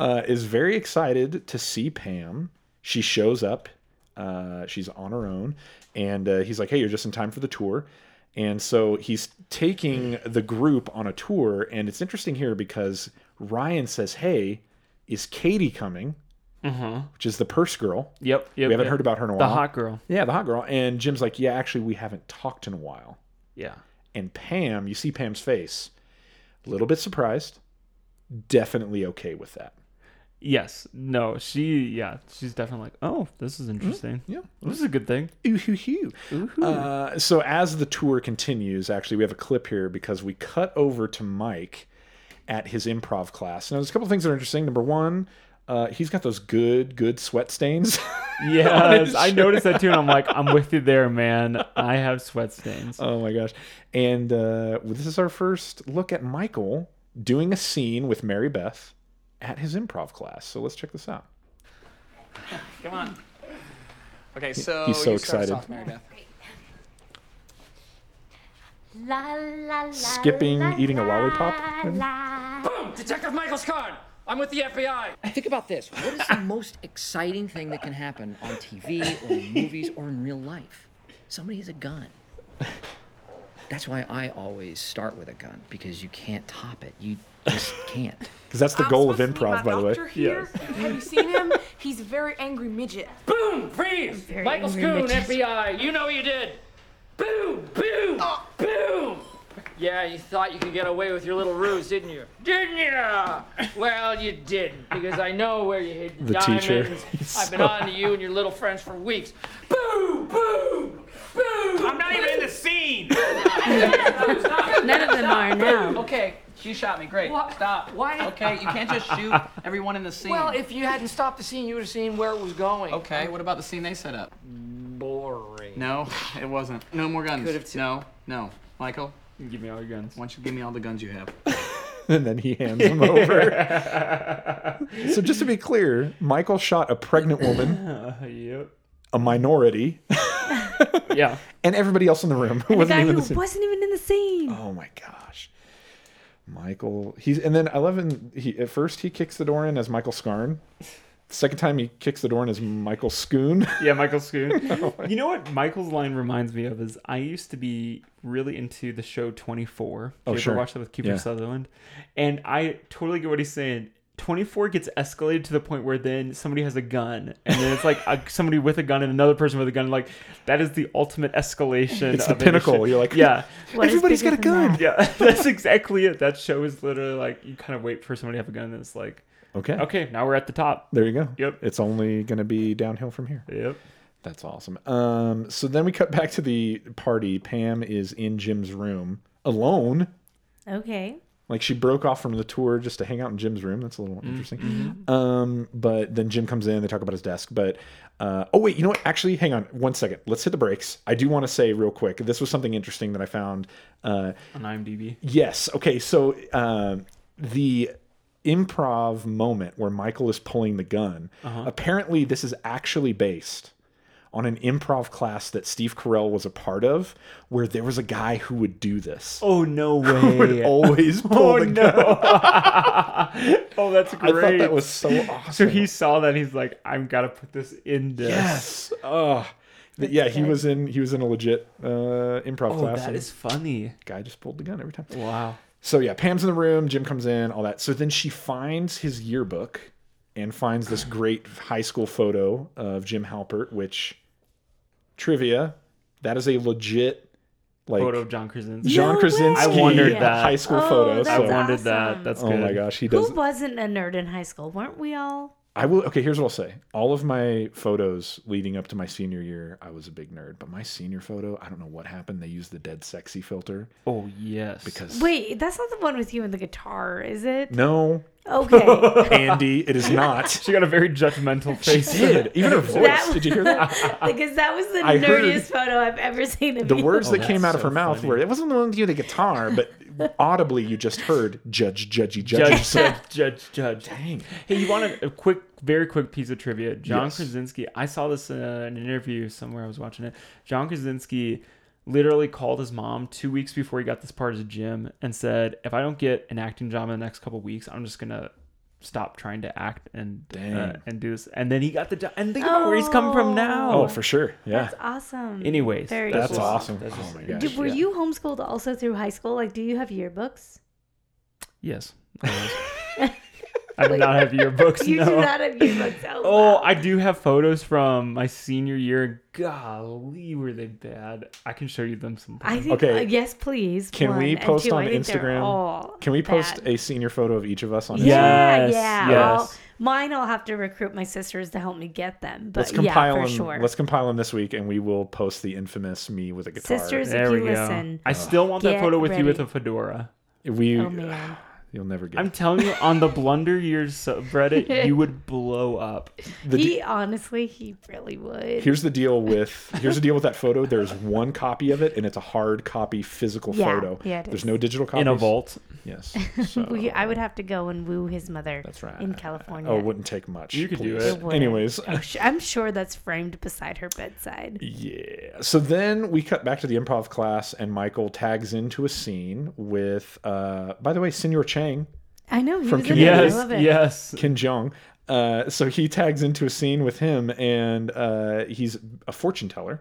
S1: uh, is very excited to see Pam. She shows up. Uh, she's on her own, and uh, he's like, "Hey, you're just in time for the tour." And so he's taking the group on a tour, and it's interesting here because Ryan says, "Hey, is Katie coming?" Which is the purse girl.
S2: Mm-hmm. Yep. Yep.
S1: we haven't
S2: yep.
S1: heard about her in a
S2: Oh, the
S1: while.
S2: hot girl.
S1: yeah, the hot girl. And Jim's like, "Yeah, actually, we haven't talked in a while."
S2: Yeah.
S1: and Pam, you see Pam's face, a little bit surprised, definitely okay with that.
S2: Yes. No. She. Yeah. She's definitely like, oh, this is interesting.
S1: Mm-hmm. Yeah.
S2: This is a good thing.
S1: Ooh, hoo, hoo. Uh, so as the tour continues, actually, we have a clip here because we cut over to Mike at his improv class. Now, there's a couple things that are interesting. Number one, Uh, he's got those good, good sweat stains.
S2: Yes,
S1: his
S2: I
S1: shirt.
S2: noticed that too, and I'm like, I'm with you there, man. I have sweat stains.
S1: oh my gosh! And uh, this is our first look at Michael doing a scene with Mary Beth at his improv class. So let's check this out.
S5: Come on. Okay, so
S1: he's so
S5: you start us
S1: excited.
S5: off, Mary Beth.
S6: La, la, la,
S1: Skipping,
S6: la,
S1: eating a
S6: la,
S1: lollipop, maybe?
S6: la.
S5: Detective Michael's card. I'm with the FBI.
S4: Think about this. What is the most exciting thing that can happen on TV or in movies or in real life? Somebody has a gun. That's why I always start with a gun because you can't top it. You just can't.
S1: Because that's the
S7: I'm
S1: goal of
S7: supposed to meet
S1: improv,
S7: my
S1: by the way.
S7: doctor Here. Have you seen him? He's a very angry midget.
S5: Boom! Freeze! Michael Schoon, FBI. You know what you did. Boom! Boom!
S8: Ah.
S5: Boom! Yeah, you thought you could get away with your little ruse, didn't you? Didn't you? Well, you didn't, because I know where you hid the,
S1: The
S5: diamonds.
S1: teacher. He's
S5: I've been
S1: so-
S5: on to you and your little friends for weeks. Boom! Boom! Boom!
S8: I'm not even in the scene.
S3: None of them are now.
S8: Okay, she shot me. Great.
S5: Wha-
S8: Stop.
S5: why-
S8: Okay, you can't just shoot everyone in the scene.
S4: Well, if you hadn't stopped the scene, you would have seen where it was going.
S8: okay, what about the scene they set up?
S4: Boring.
S8: No, it wasn't. No more guns.
S4: Could have t-
S8: no, no. Michael,
S2: Give me all your guns.
S8: why don't you give me all the guns you have?
S1: and then he hands him over. so just to be clear, Michael shot a pregnant woman,
S2: Yep.
S1: a minority,
S2: Yeah.
S1: and everybody else in the room who
S3: The
S1: wasn't
S3: guy
S1: even
S3: who
S1: the same.
S3: wasn't even in the scene.
S1: Oh my gosh. Michael, he's and then I love him. He at first he kicks the door in as Michael Scarn. Second time he kicks the door in as Michael Schoon.
S2: Yeah, Michael Schoon. you know what Michael's line reminds me of is I used to be really into the show 24. Oh, you
S1: sure.
S2: ever watch that with Kiefer
S1: Yeah.
S2: Sutherland? And I totally get what he's saying. 24 gets escalated to the point where then somebody has a gun and then it's like a, somebody with a gun and another person with a gun like that is the ultimate escalation
S1: It's the
S2: of any
S1: pinnacle.
S2: shit.
S1: You're like,
S2: yeah
S3: What is
S1: everybody's got a
S3: bigger than
S1: gun.
S3: that?
S2: yeah that's exactly it that show is literally like you kind of wait for somebody to have a gun and it's like
S1: Okay.
S2: okay now we're at the top
S1: There you go.
S2: Yep.
S1: It's only gonna be downhill from here.
S2: yep
S1: That's awesome. Um, so then we cut back to the party. Pam is in Jim's room alone.
S3: Okay.
S1: Like she broke off from the tour just to hang out in Jim's room. That's a little
S2: Mm,
S1: interesting.
S2: mm-hmm.
S1: Um, but then Jim comes in. They talk about his desk. But uh, oh wait, you know what? Actually, hang on one second. Let's hit the brakes. I do want to say real quick. This was something interesting that I found. Uh,
S2: on IMDb
S1: yes. Okay. So um, the improv moment where Michael is pulling the gun.
S2: Uh-huh.
S1: Apparently, this is actually based on an improv class that Steve Carell was a part of, where there was a guy who would do this.
S2: oh no way
S1: Would always pull the gun.
S2: oh, that's
S1: I
S2: great.
S1: thought that was so awesome.
S2: so he saw that he's like, I'm gotta put this in this.
S1: yes. Oh, Th- yeah. He was in he was in a legit uh, improv
S2: Oh,
S1: class.
S2: that
S1: and
S2: is funny.
S1: guy just pulled the gun every time.
S2: Wow.
S1: So yeah, Pam's in the room. Jim comes in. All that. So then she finds his yearbook and finds this great high school photo of Jim Halpert, which trivia that is a legit like
S2: Photo of John Krasinski.
S1: John
S3: No
S1: Krasinski
S2: way. I wondered that.
S1: high school
S3: Oh,
S1: photo.
S3: that's
S2: I
S1: So,
S3: awesome.
S2: wondered that. That's
S1: oh
S2: good.
S1: my gosh, he does
S3: Who wasn't a nerd in high school? Weren't we all?
S1: I will. Okay, here's what I'll say. All of my photos leading up to my senior year, I was a big nerd. But my senior photo, I don't know what happened. They used the dead sexy filter
S2: Oh yes.
S1: because
S3: Wait, that's not the one with you and the guitar, is it?
S1: no,
S3: Okay.
S1: Andy, it is not.
S2: she got a very judgmental face.
S1: Did even her voice?
S3: That-
S1: Did you hear that?
S3: because that was the
S1: I heard
S3: nerdiest photo I've ever seen of
S1: The
S3: you.
S1: words that came
S2: Oh, that's
S1: out of
S2: so
S1: her mouth
S2: funny.
S1: were it wasn't the one with you the guitar, but audibly you just heard judge, judgy, judge.
S2: Judge, judge, judge, judge. Dang. Hey, you wanted a quick, very quick piece of trivia? John
S1: Yes.
S2: Krasinski. I saw this uh, in an interview somewhere. I was watching it. John Krasinski literally called his mom two weeks before he got this part as a gym and said, "If I don't get an acting job in the next couple weeks, I'm just gonna." Stop trying to act and uh,
S1: Dang.
S2: and do this, and then he got the job. And think about where he's come from now.
S1: Oh, for sure. Yeah,
S3: That's awesome.
S2: Anyways,
S3: Very
S1: that's,
S3: cool.
S1: awesome.
S2: That's
S1: oh
S2: just-
S1: my
S2: Did-
S1: gosh.
S3: Did, were
S2: Yeah.
S3: you homeschooled also through high school? Like, do you have yearbooks?
S2: yes. I do not have your books.
S3: You
S2: no.
S3: do not have yearbooks. Oh,
S2: Oh,
S3: wow.
S2: I do have photos from my senior year. Golly, were they bad? I can show you them sometime.
S3: I think.
S1: Okay.
S3: uh, yes, please.
S1: Can
S3: one,
S1: we
S3: and
S1: post
S3: two,
S1: on
S3: I think they're
S1: Instagram?
S3: all
S1: Can we post
S3: bad.
S1: a senior photo of each of us on? Instagram?
S3: Yeah,
S2: Yes,
S3: yeah.
S2: yes.
S3: I'll- mine, I'll have to recruit my sisters to help me get them. But
S1: Let's compile
S3: yeah, for
S1: them.
S3: sure.
S1: Let's compile them this week, and we will post the infamous me with a guitar.
S3: Sisters- if
S2: there
S3: you
S2: we go.
S3: listen,
S2: I still want that
S3: get
S2: photo with you with a
S3: ready.
S2: fedora.
S1: we uh,
S3: Oh man,
S1: You'll never get
S2: I'm
S1: it.
S2: telling you, on the Blunder Years subreddit, you would blow up.
S1: The
S3: he
S1: de-
S3: honestly, he really would.
S1: here's the deal with here's the deal with that photo. There's one copy of it, and it's a hard copy physical
S3: Yeah,
S1: photo.
S3: yeah, it
S1: There's
S3: is.
S1: no digital copies.
S2: In a vault.
S1: Yes. So,
S3: We- I would have to go and woo his mother.
S1: that's right.
S3: In California.
S1: Oh, it wouldn't take much.
S2: You could do
S1: please.
S2: it.
S3: It would.
S1: Anyways. uh,
S3: Oh, sh- I'm sure that's framed beside her bedside.
S1: Yeah. So then we cut back to the improv class, and Michael tags into a scene with, uh, by the way, Senor Chang,
S3: I know he
S1: From
S3: was in the
S1: Community.
S2: Yes,
S3: middle of it.
S2: yes.
S1: Kim Jong. Uh, so he tags into a scene with him, and uh, he's a fortune teller.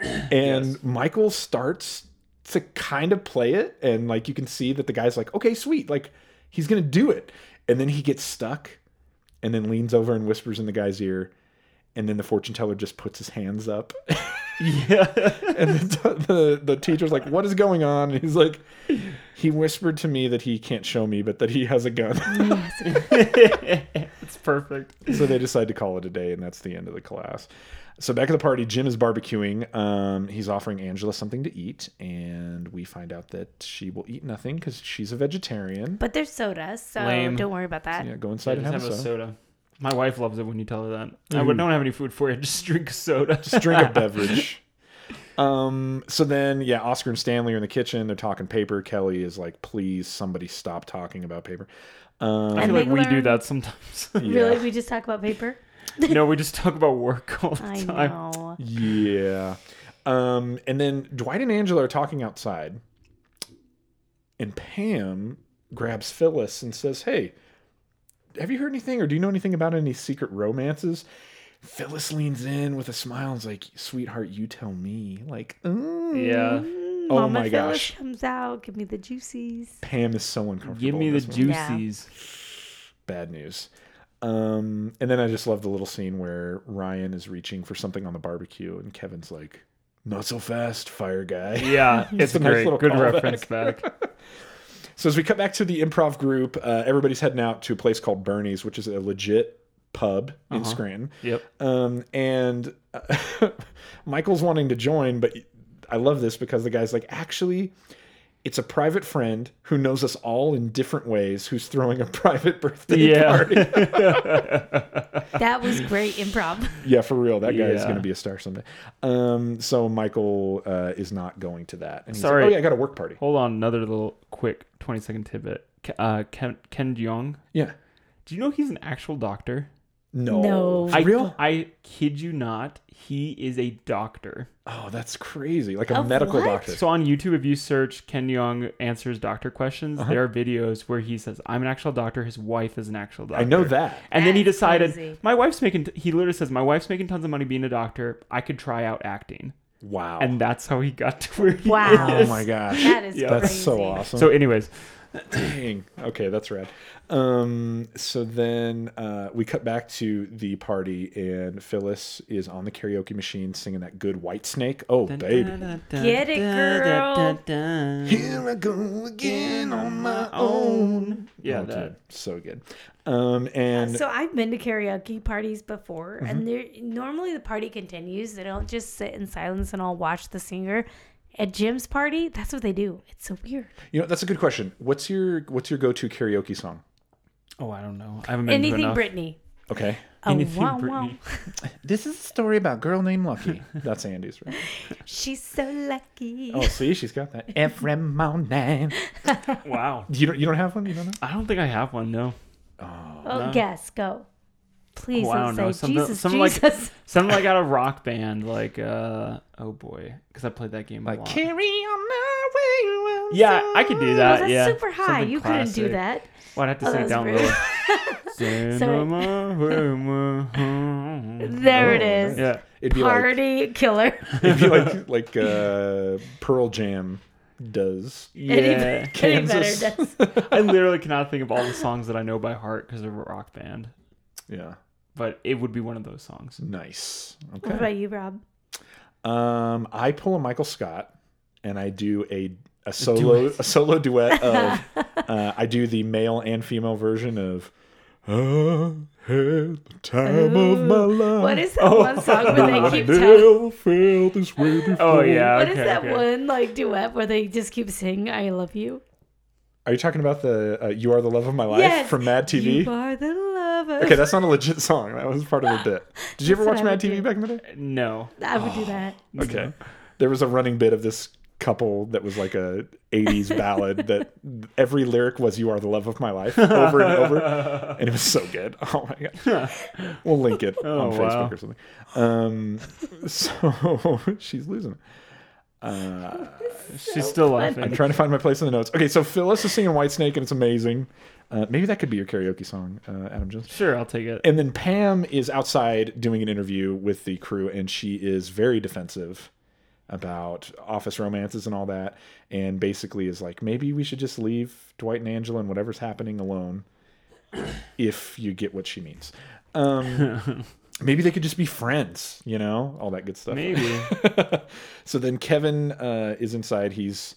S1: And Michael starts to kind of play it, and like you can see that the guy's like, okay, sweet, like he's gonna do it. And then he gets stuck, and then leans over and whispers in the guy's ear, and then the fortune teller just puts his hands up.
S2: Yeah.
S1: and the, the the teacher's like, "What is going on?" And he's like, "He whispered to me that he can't show me, but that he has a gun."
S2: it's perfect.
S1: so they decide to call it a day, and that's the end of the class. So back at the party, Jim is barbecuing. Um, he's offering Angela something to eat, and we find out that she will eat nothing because she's a vegetarian.
S3: But there's soda, so
S2: Lame.
S3: don't worry about that.
S1: yeah, go inside and
S2: just
S1: have,
S2: have a
S1: a soda.
S2: soda. My wife loves it when you tell her that. I would- don't have any food for you. Just drink soda.
S1: Just drink a beverage. Um, so then, yeah, Oscar and Stanley are in the kitchen. They're talking paper. Kelly is like, please, somebody stop talking about paper. Um,
S2: I feel like
S3: they
S2: we do
S3: learn-
S2: that sometimes.
S3: Really? We just talk about paper?
S2: no, we just talk about work all the
S3: I
S2: time.
S3: know.
S1: Yeah. Um, and then Dwight and Angela are talking outside, and Pam grabs Phyllis and says, Hey, have you heard anything or do you know anything about any secret romances? Phyllis leans in with a smile and is like, Sweetheart, you tell me. Like, mm.
S2: Yeah.
S3: Mm,
S1: Oh
S3: Mama
S1: my
S3: Phyllis
S1: gosh.
S3: comes out. Give me the juices.
S1: Pam is so uncomfortable.
S2: Give me
S1: in
S2: the
S1: this one.
S3: Yeah.
S2: juices.
S1: Bad news. Um, and then I just love the little scene where Ryan is reaching for something on the barbecue and Kevin's like, Not so fast, fire guy.
S2: Yeah, it's
S1: a nice
S2: great.
S1: little
S2: Good
S1: callback.
S2: reference back.
S1: So as we cut back to the improv group, uh, everybody's heading out to a place called Bernie's, which is a legit pub in Scranton.
S2: Uh-huh. Yep.
S1: Um, and uh, Michael's wanting to join, but I love this because the guy's like, actually, it's a private friend who knows us all in different ways who's throwing a private birthday party.
S2: Yeah.
S3: That was great improv.
S1: Yeah, for real. That guy is
S2: Yeah.
S1: going to be a star someday. Um, so Michael uh, is not going to that. And he's
S2: Sorry.
S1: like, oh, yeah, I got a work party.
S2: Hold on, another little quick 20 second tidbit. Ke- Uh, Ken, Ken Jeong.
S1: Yeah.
S2: Do you know he's an actual doctor?
S1: No.
S3: No.
S1: For
S2: I,
S1: real?
S2: I kid you not. He is a doctor.
S1: oh, that's crazy. Like a
S3: Of
S1: medical
S3: what?
S1: doctor.
S2: So on YouTube, if you search Ken Jeong answers doctor questions,
S1: Uh-huh.
S2: there are videos where he says, "I'm an actual doctor." His wife is an actual doctor.
S1: I know that.
S2: And then he
S3: That's
S2: decided,
S3: crazy.
S2: my wife's making. He literally says, "My wife's making tons of money being a doctor. I could try out acting,"
S1: Wow.
S2: and that's how he got to where he
S3: Oh. Wow.
S2: is.
S1: Oh my gosh.
S3: That is
S2: Yeah.
S1: That's
S3: crazy.
S1: so awesome.
S2: So, anyways,
S1: Dang. Okay, that's rad. Um, so then uh, we cut back to the party, and Phyllis is on the karaoke machine singing that good White Snake. Oh, baby.
S3: Get it, girl.
S1: Here I go again on my
S2: own.
S1: Oh,
S2: Yeah,
S1: dude,
S2: that.
S1: so good. Um, and
S3: So I've been to karaoke parties before,
S2: Mm-hmm.
S3: and there normally the party continues. They don't just sit in silence and all watch the singer. At Jim's party, that's what they do. It's so weird.
S1: you know that's a good question. What's your what's your go to karaoke song?
S2: Oh, I don't know. I haven't been to
S3: Anything
S2: enough.
S3: Britney.
S1: Okay.
S3: Oh,
S2: Anything
S3: wow, wow.
S2: Britney.
S1: This is a story about a girl named Lucky. That's Andy's, right?
S3: She's so lucky.
S1: Oh, see, she's got that every morning.
S2: Wow.
S1: You don't you don't have one? You don't know?
S2: I don't think I have one. No.
S3: Oh, guess go. Please
S2: Oh, I
S3: don't
S2: don't know.
S3: say
S2: Something-
S3: Jesus,
S2: something like-
S3: Jesus.
S2: Something like out of rock band, like uh oh boy, because I played that game a
S1: Like
S2: lot.
S1: carry on my way.
S2: Yeah, I could do that.
S3: that's
S2: yeah,
S3: super high.
S2: Something
S3: You couldn't
S2: classic.
S3: do that.
S2: Well, I'd have to
S3: Oh,
S2: sing it
S3: that
S2: down
S3: was
S2: low.
S3: There it is.
S2: Oh, yeah.
S1: It'd be like
S3: Party killer.
S1: it'd be like like uh, Pearl Jam does.
S2: Yeah.
S3: Any
S1: Kansas.
S3: better does.
S2: I literally cannot think of all the songs that I know by heart because of a rock band,
S1: Yeah,
S2: but it would be one of those songs.
S1: nice.
S3: What
S1: Okay.
S3: about you, Rob?
S1: Um, I pull a Michael Scott, and I do a a solo a solo duet of uh, I do the male and female version of. I had the time of my life.
S3: What is that one song where
S1: I
S3: they keep telling?
S1: never felt this way before.
S2: Oh yeah.
S3: What is
S2: okay,
S3: that
S2: okay.
S3: one like duet where they just keep saying "I love you"?
S1: Are you talking about the uh, "You Are the Love of My Life"
S3: Yes.
S1: from Mad TV?
S3: You are the lover.
S1: Okay, that's not a legit song. That was part of a bit. Did you ever
S3: That's what
S1: watch
S3: I
S1: Mad
S3: would
S1: TV
S3: do.
S1: back in the day?
S2: No.
S3: I would do that.
S1: Okay, there was a running bit of this couple that was like a 80s ballad that every lyric was you are the love of my life over and over and it was so good oh my god we'll link it on facebook
S2: wow.
S1: or something um so she's losing it
S2: She's still
S1: I'm
S2: laughing.
S1: trying to find my place in the notes. Okay, so Phyllis is singing Whitesnake, and it's amazing. Uh, maybe that could be your karaoke song, uh, Adam Jones.
S2: Sure, I'll take it.
S1: And then Pam is outside doing an interview with the crew, and she is very defensive about office romances and all that, and basically is like, maybe we should just leave Dwight and Angela and whatever's happening alone, if you get what she means. Um, maybe they could just be friends, you know, all that good stuff.
S2: Maybe.
S1: So then Kevin uh, is inside. He's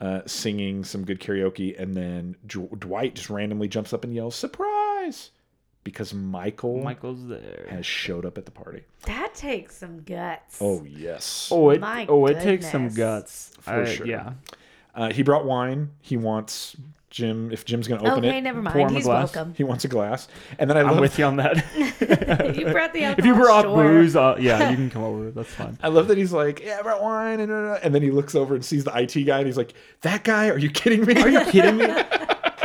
S1: uh, singing some good karaoke, and then Dw Dwight just randomly jumps up and yells "Surprise!" because Michael,
S2: Michael's there.
S1: has showed up at the party.
S3: That takes some guts.
S1: Oh yes.
S2: Oh, it,
S3: My
S2: oh, it takes some
S3: goodness.
S2: guts.
S1: For
S2: I-
S1: sure.
S2: Yeah.
S1: Uh, he brought wine. He wants Jim. If Jim's gonna open
S3: okay,
S1: it,
S3: never
S2: pour
S3: mind.
S2: him a
S3: He's
S2: glass.
S3: welcome.
S1: he wants a glass. And then I
S2: I'm
S1: love,
S2: with you on that.
S3: you brought the alcohol.
S2: if you brought
S3: sure.
S2: booze, uh, yeah, you can come over. That's fine.
S1: I love that he's like, yeah, I brought wine, and, uh, and then he looks over and sees the IT guy, and he's like, that guy? Are you kidding me? Are you
S2: kidding me?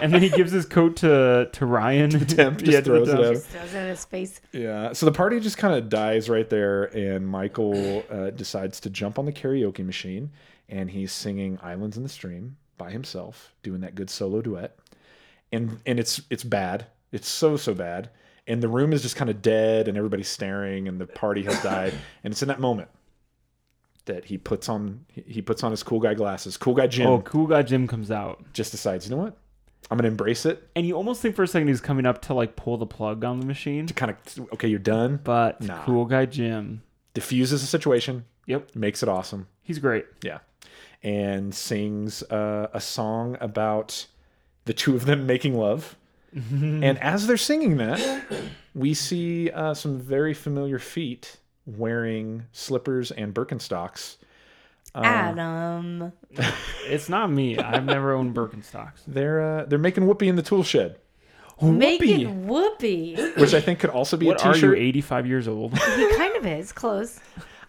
S2: And then he gives his coat to to Ryan.
S1: temp just
S2: Yeah, to the
S1: throws it
S2: temp.
S1: at him.
S3: Just throws it in his face.
S1: Yeah. So the party just kind of dies right there, and Michael uh, decides to jump on the karaoke machine, and he's singing "Islands in the Stream" by himself, doing that good solo duet, and and it's it's bad. It's so so bad, and the room is just kind of dead, and everybody's staring, and the party has died, and it's in that moment that he puts on he- he puts on his cool guy glasses. Cool guy Jim
S2: Oh, cool guy Jim comes out,
S1: just decides, you know what, I'm gonna embrace it.
S2: and you almost think for a second he's coming up to like pull the plug on the machine,
S1: Kind of okay, you're done.
S2: but
S1: Nah.
S2: cool guy Jim.
S1: Diffuses the situation,
S2: Yep,
S1: makes it awesome.
S2: he's great.
S1: Yeah. And sings uh, a song about the two of them making love.
S2: Mm-hmm.
S1: and as they're singing that, we see uh, some very familiar feet wearing slippers and Birkenstocks.
S3: Adam.
S2: It's not me. I've never owned Birkenstocks.
S1: They're uh, they're making whoopee in the tool shed,
S3: Make it
S2: Whoopee.
S3: whoopee.
S1: which I think could also be
S2: What
S1: a
S2: are you?
S1: t-shirt.
S2: Eighty five years old.
S3: He kind of is. Close.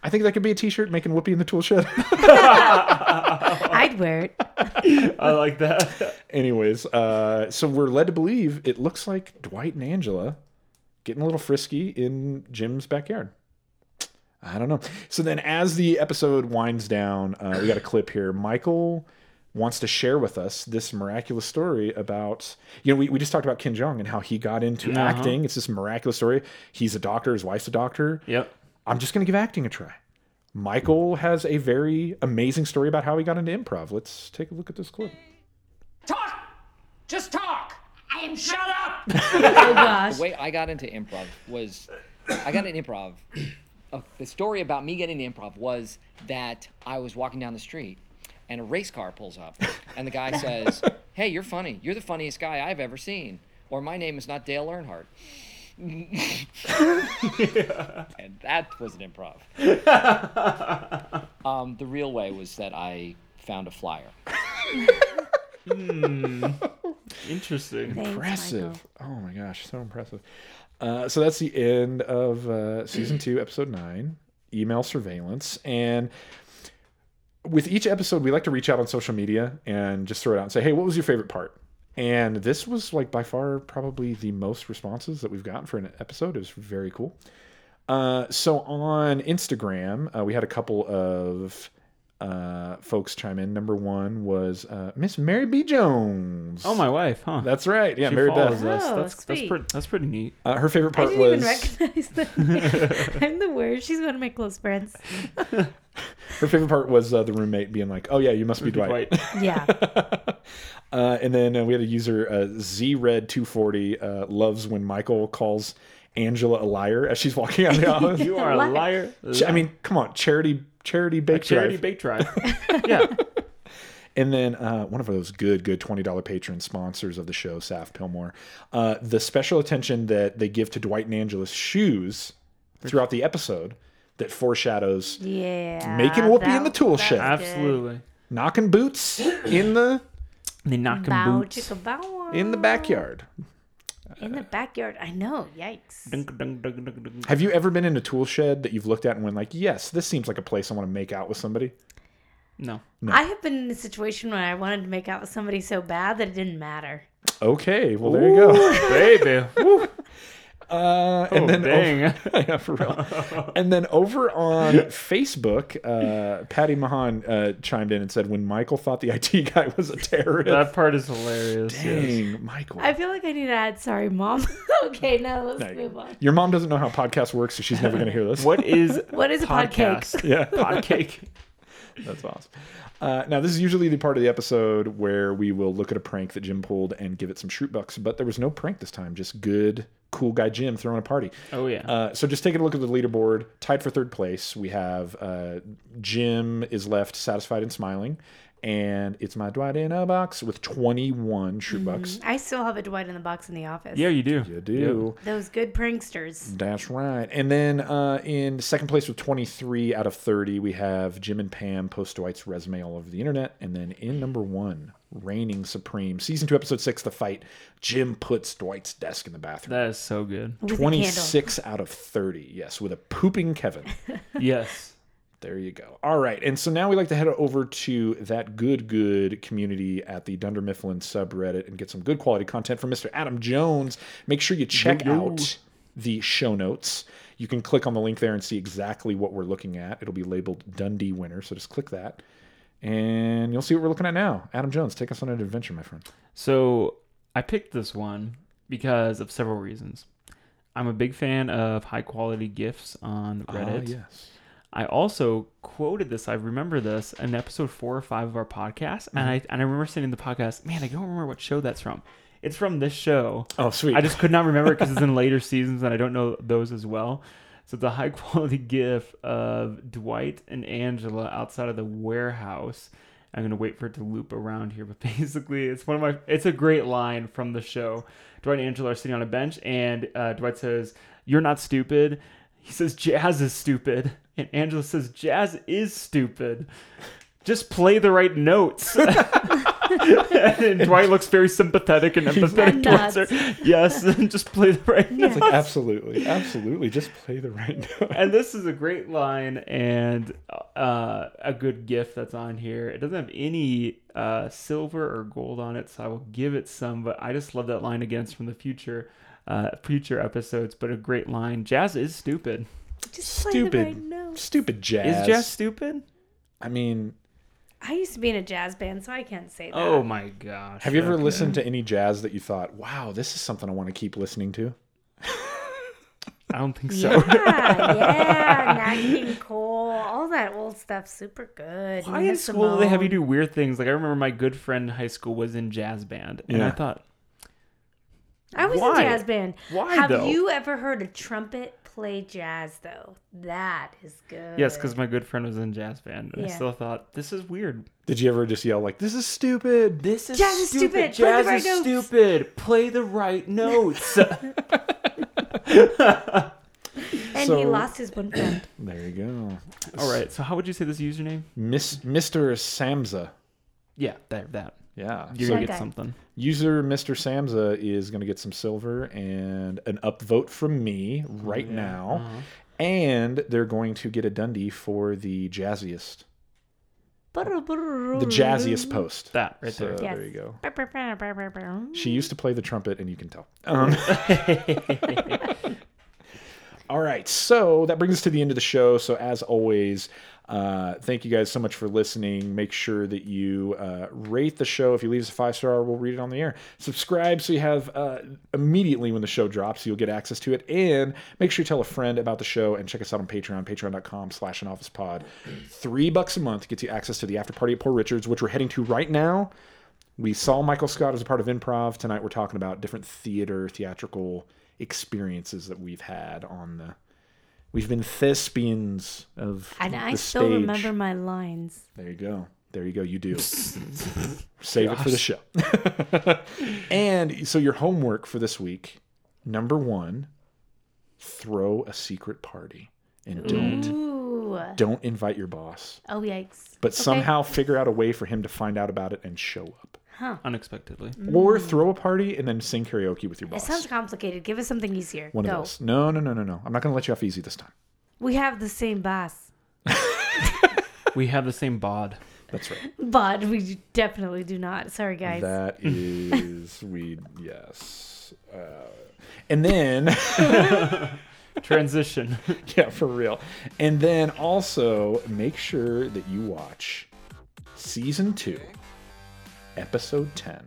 S1: I think that could be a t-shirt making whoopee in the tool shed.
S3: I'd wear it.
S2: I like that.
S1: Anyways, uh, so we're led to believe it looks like Dwight and Angela getting a little frisky in Jim's backyard. I don't know. So then, as the episode winds down, uh, we got a clip here. Michael wants to share with us this miraculous story about you know we, we just talked about Ken Jong and how he got into acting. It's this miraculous story. He's a doctor. His wife's a doctor.
S2: Yep.
S1: I'm just going to give acting a try. Michael has a very amazing story about how he got into improv. Let's take a look at this clip.
S5: Talk! Just talk!
S6: I am
S5: Shut up!
S3: Oh gosh.
S4: The way I got into improv was I got into improv. uh, the story about me getting into improv was that I was walking down the street and a race car pulls up and the guy says, "Hey, you're funny. You're the funniest guy I've ever seen." Or my name is not Dale Earnhardt. and that was an improv. Um, the real way was that I found a flyer.
S2: Interesting.
S3: Thanks, Michael.
S1: impressive. Oh my gosh, so impressive. Uh, so that's the end of uh, season two, episode nine, email surveillance. And with each episode, we like to reach out on social media and just throw it out and say, hey, what was your favorite part? And this was like by far probably the most responses that we've gotten for an episode. It was very cool. Uh, so on Instagram, uh, we had a couple of uh, folks chime in. Number one was uh, Miss Mary B. Jones.
S2: Oh, my wife, huh?
S1: That's right. Yeah,
S2: She
S1: Mary
S2: follows
S1: Beth.
S2: us.
S3: Oh,
S2: that's that's
S3: sweet.
S2: pretty that's pretty neat.
S1: Uh, her favorite
S3: I
S1: part
S3: didn't even
S1: was
S3: recognize that. I'm the worst. She's one of my close friends.
S1: her favorite part was uh, the roommate being like, "Oh yeah, you must be Dwight."
S2: Dwight.
S3: Yeah.
S1: Uh, and then uh, we had a user uh, ZRed240 uh, loves when Michael calls Angela a liar as she's walking out of the office.
S2: You are a
S3: Liar.
S2: liar.
S1: Ch- I mean, come on, charity charity bake
S2: charity
S1: drive.
S2: bake drive. yeah.
S1: and then uh, one of those good good twenty dollar patron sponsors of the show, Saf Pillmore. Uh, the special attention that they give to Dwight and Angela's shoes throughout the episode that foreshadows
S3: Yeah.
S1: making whoopee in
S3: that-
S1: the tool shed.
S2: Absolutely.
S1: knocking boots in the
S2: They knock him
S3: Bow
S2: boots.
S3: chicka bow.
S1: in the backyard.
S3: In the backyard. I know. Yikes.
S2: Dunk, dunk, dunk, dunk, dunk.
S1: Have you ever been in a tool shed that you've looked at and went like, "Yes, this seems like a place I want to make out with somebody"?
S2: No.
S3: I have been in a situation where I wanted to make out with somebody so bad that it didn't matter.
S1: Okay, well there you go.
S2: Baby.
S1: Uh, and
S2: Oh,
S1: then
S2: dang.
S1: Over, yeah, for real. and then over on Facebook, uh, Patty Mahan uh, chimed in and said, "When Michael thought the IT guy was a terrorist."
S2: that part is hilarious. yes.
S1: Dang, Michael.
S3: I feel like I need to add sorry, mom. okay, now let's
S1: No, you-
S3: move on.
S1: Your mom doesn't know how podcasts work, so she's never going to hear this.
S2: What is
S3: What is a
S2: podcast?
S1: Yeah.
S2: Podcake.
S1: That's awesome. Uh, now, this is usually the part of the episode where we will look at a prank that Jim pulled and give it some shoot bucks, but there was no prank this time, just good, cool guy Jim throwing a party.
S2: Oh, yeah.
S1: Uh, so just taking a look at the leaderboard, tied for third place, we have uh, Jim is left satisfied and smiling, and it's my Dwight in a box with 21 shoot
S2: Mm-hmm.
S1: bucks.
S3: I still have a Dwight in the box in the office.
S2: Yeah, you do.
S1: You do.
S3: Those good pranksters.
S1: That's right. And then uh, in second place with 23 out of 30, we have Jim and Pam post Dwight's resume all over the internet. And then in number one, reigning supreme, season two, episode six, the fight. Jim puts Dwight's desk in the bathroom.
S2: That is so good.
S3: With a candle.
S1: 26 out of 30, yes, with a pooping Kevin.
S2: Yes.
S1: There you go. All right. And so now we like to head over to that good, good community at the Dunder Mifflin subreddit and get some good quality content from Mr. Adam Jones. Make sure you check out the show notes. You can click on the link there and see exactly what we're looking at. It'll be labeled Dundee winner. So just click that and you'll see what we're looking at now. Adam Jones, take us on an adventure, my friend.
S2: So I picked this one because of several reasons. I'm a big fan of high quality GIFs on Reddit.
S1: Ah, yes.
S2: I also quoted this. I remember this in episode four or five of our podcast, and I and I remember saying in the podcast, "Man, I don't remember what show that's from. It's from this show.
S1: Oh, sweet.
S2: I just could not remember because it's in later seasons, and I don't know those as well." So the high quality GIF of Dwight and Angela outside of the warehouse. I'm gonna wait for it to loop around here, but basically, it's one of my. It's a great line from the show. Dwight and Angela are sitting on a bench, and uh, Dwight says, "You're not stupid." He says, "Jazz is stupid," and Angela says, "Jazz is stupid." Just play the right notes. and Dwight looks very sympathetic and empathetic
S3: And
S2: towards her.
S3: nods.
S2: Yes, just play the right notes.
S1: It's like, absolutely. Absolutely. Just play the right note.
S2: And this is a great line and uh, a good gift that's on here. It doesn't have any uh, silver or gold on it, so I will give it some. But I just love that line again it's from the future, uh, future episodes. But a great line. Jazz is stupid.
S3: Just play the right
S1: Stupid.
S3: notes.
S1: Stupid jazz.
S2: Is jazz stupid?
S1: I mean,
S3: I used to be in a jazz band, so I can't say that.
S2: Oh my gosh.
S1: Have you ever
S2: okay.
S1: listened to any jazz that you thought, wow, this is something I want to keep listening to?
S2: I don't think so.
S3: Yeah, Ah, yeah, Nat King Cole, all that old stuff, super good.
S2: Why
S3: Nina
S2: in school do they have you
S3: Simone.
S2: do weird things? Like I remember my good friend in high school was in jazz band, and I
S1: Yeah.
S2: thought,
S3: I was
S2: Why?
S3: in jazz band.
S2: Why,
S3: Have
S2: though?
S3: you ever heard a trumpet play jazz though? That is good.
S2: yes, because my good friend was in jazz band, and I
S3: Yeah.
S2: still thought this is weird.
S1: Did you ever just yell like, this is stupid?
S2: This is
S3: Jazz is stupid. Play the
S2: Jazz
S3: right
S2: is
S3: notes.
S2: stupid. Play the right notes.
S3: and he
S1: so-
S3: lost his one friend.
S1: There you go.
S2: All right. So how would you say this username?
S1: Miss, Mr. Samza.
S2: Yeah, that that
S1: Yeah.
S2: you're
S1: So
S2: gonna get
S3: That guy.
S2: something.
S1: user Mr. Samza is going to get some silver and an upvote from me
S2: Oh,
S1: right now.
S2: Uh-huh.
S1: And they're going to get a Dundee for the jazziest, the jazziest post.
S2: Hmm. That right
S1: So
S2: there.
S1: there
S3: Yes.
S1: you go.
S3: Yes.
S1: She used to play the trumpet, and you can tell. Um, all right, so that brings us to the end of the show. So, as always, uh, thank you guys so much for listening. Make sure that you uh, rate the show. If you leave us a five star, we'll read it on the air. Subscribe so you have uh, immediately when the show drops, you'll get access to it. And make sure you tell a friend about the show and check us out on Patreon, patreon.com slash an office pod. Three bucks a month gets you access to the after party at Poor Richards, which we're heading to right now we saw Michael Scott as a part of improv. Tonight we're talking about different theater, theatrical experiences that we've had on the. We've been thespians of
S3: And
S1: the
S3: I still
S1: stage.
S3: remember my lines.
S1: There you go. There you go. You do. Save it for the show. and so your homework for this week, number one, throw a secret party and don't
S3: Ooh.
S1: don't invite your boss,
S3: Oh yikes.
S1: but
S3: Mm. Okay.
S1: somehow figure out a way for him to find out about it and show up.
S2: unexpectedly.
S3: Mm.
S1: Or throw a party and then sing karaoke with your
S3: Hmm. It
S1: boss.
S3: sounds complicated. Give us something easier.
S1: One
S3: Go.
S1: of those. No, no, no, no, no. I'm not going to let you off easy this time.
S3: We have the same boss,
S2: We have the same bod.
S1: That's right.
S3: but we definitely do not. Sorry, guys.
S1: That is we yes. Uh, and then
S2: Transition.
S1: yeah, for real. And then also make sure that you watch season two, episode ten.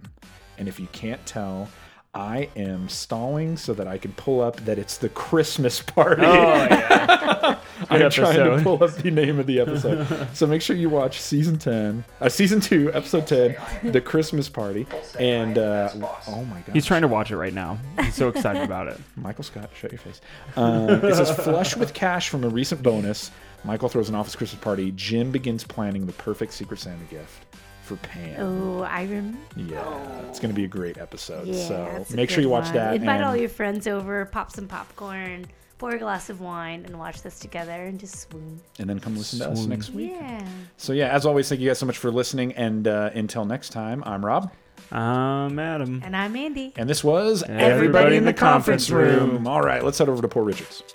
S1: And if you can't tell, I am stalling so that I can pull up that it's the Christmas party. I'm trying to
S2: episode.
S1: pull up the name of the episode. so make sure you watch season 10, uh, season 2, episode 10, The Christmas Party. And, uh, oh my God.
S2: He's trying to watch it right now. He's so excited about it.
S1: Michael Scott, shut your face. Um, it says, flush with cash from a recent bonus. Michael throws an office Christmas party. Jim begins planning the perfect Secret Santa gift for Pam.
S3: Oh, I remember.
S1: Yeah, it's going to be a great episode.
S3: Yeah,
S1: so
S3: that's a
S1: make sure
S3: good
S1: you watch
S3: one.
S1: that.
S3: Invite
S1: and-
S3: all your friends over, pop some popcorn, pour a glass of wine, and watch this together and just swoon.
S1: and then come listen to us
S2: Swoon.
S1: next week.
S3: Yeah.
S1: So, yeah, as always, thank you guys so much for listening. And uh, until next time, I'm Rob.
S2: Um, Adam.
S3: And I'm Andy.
S1: And this was
S2: Everybody in the Conference Room.
S1: All right, let's head over to Poor Richards.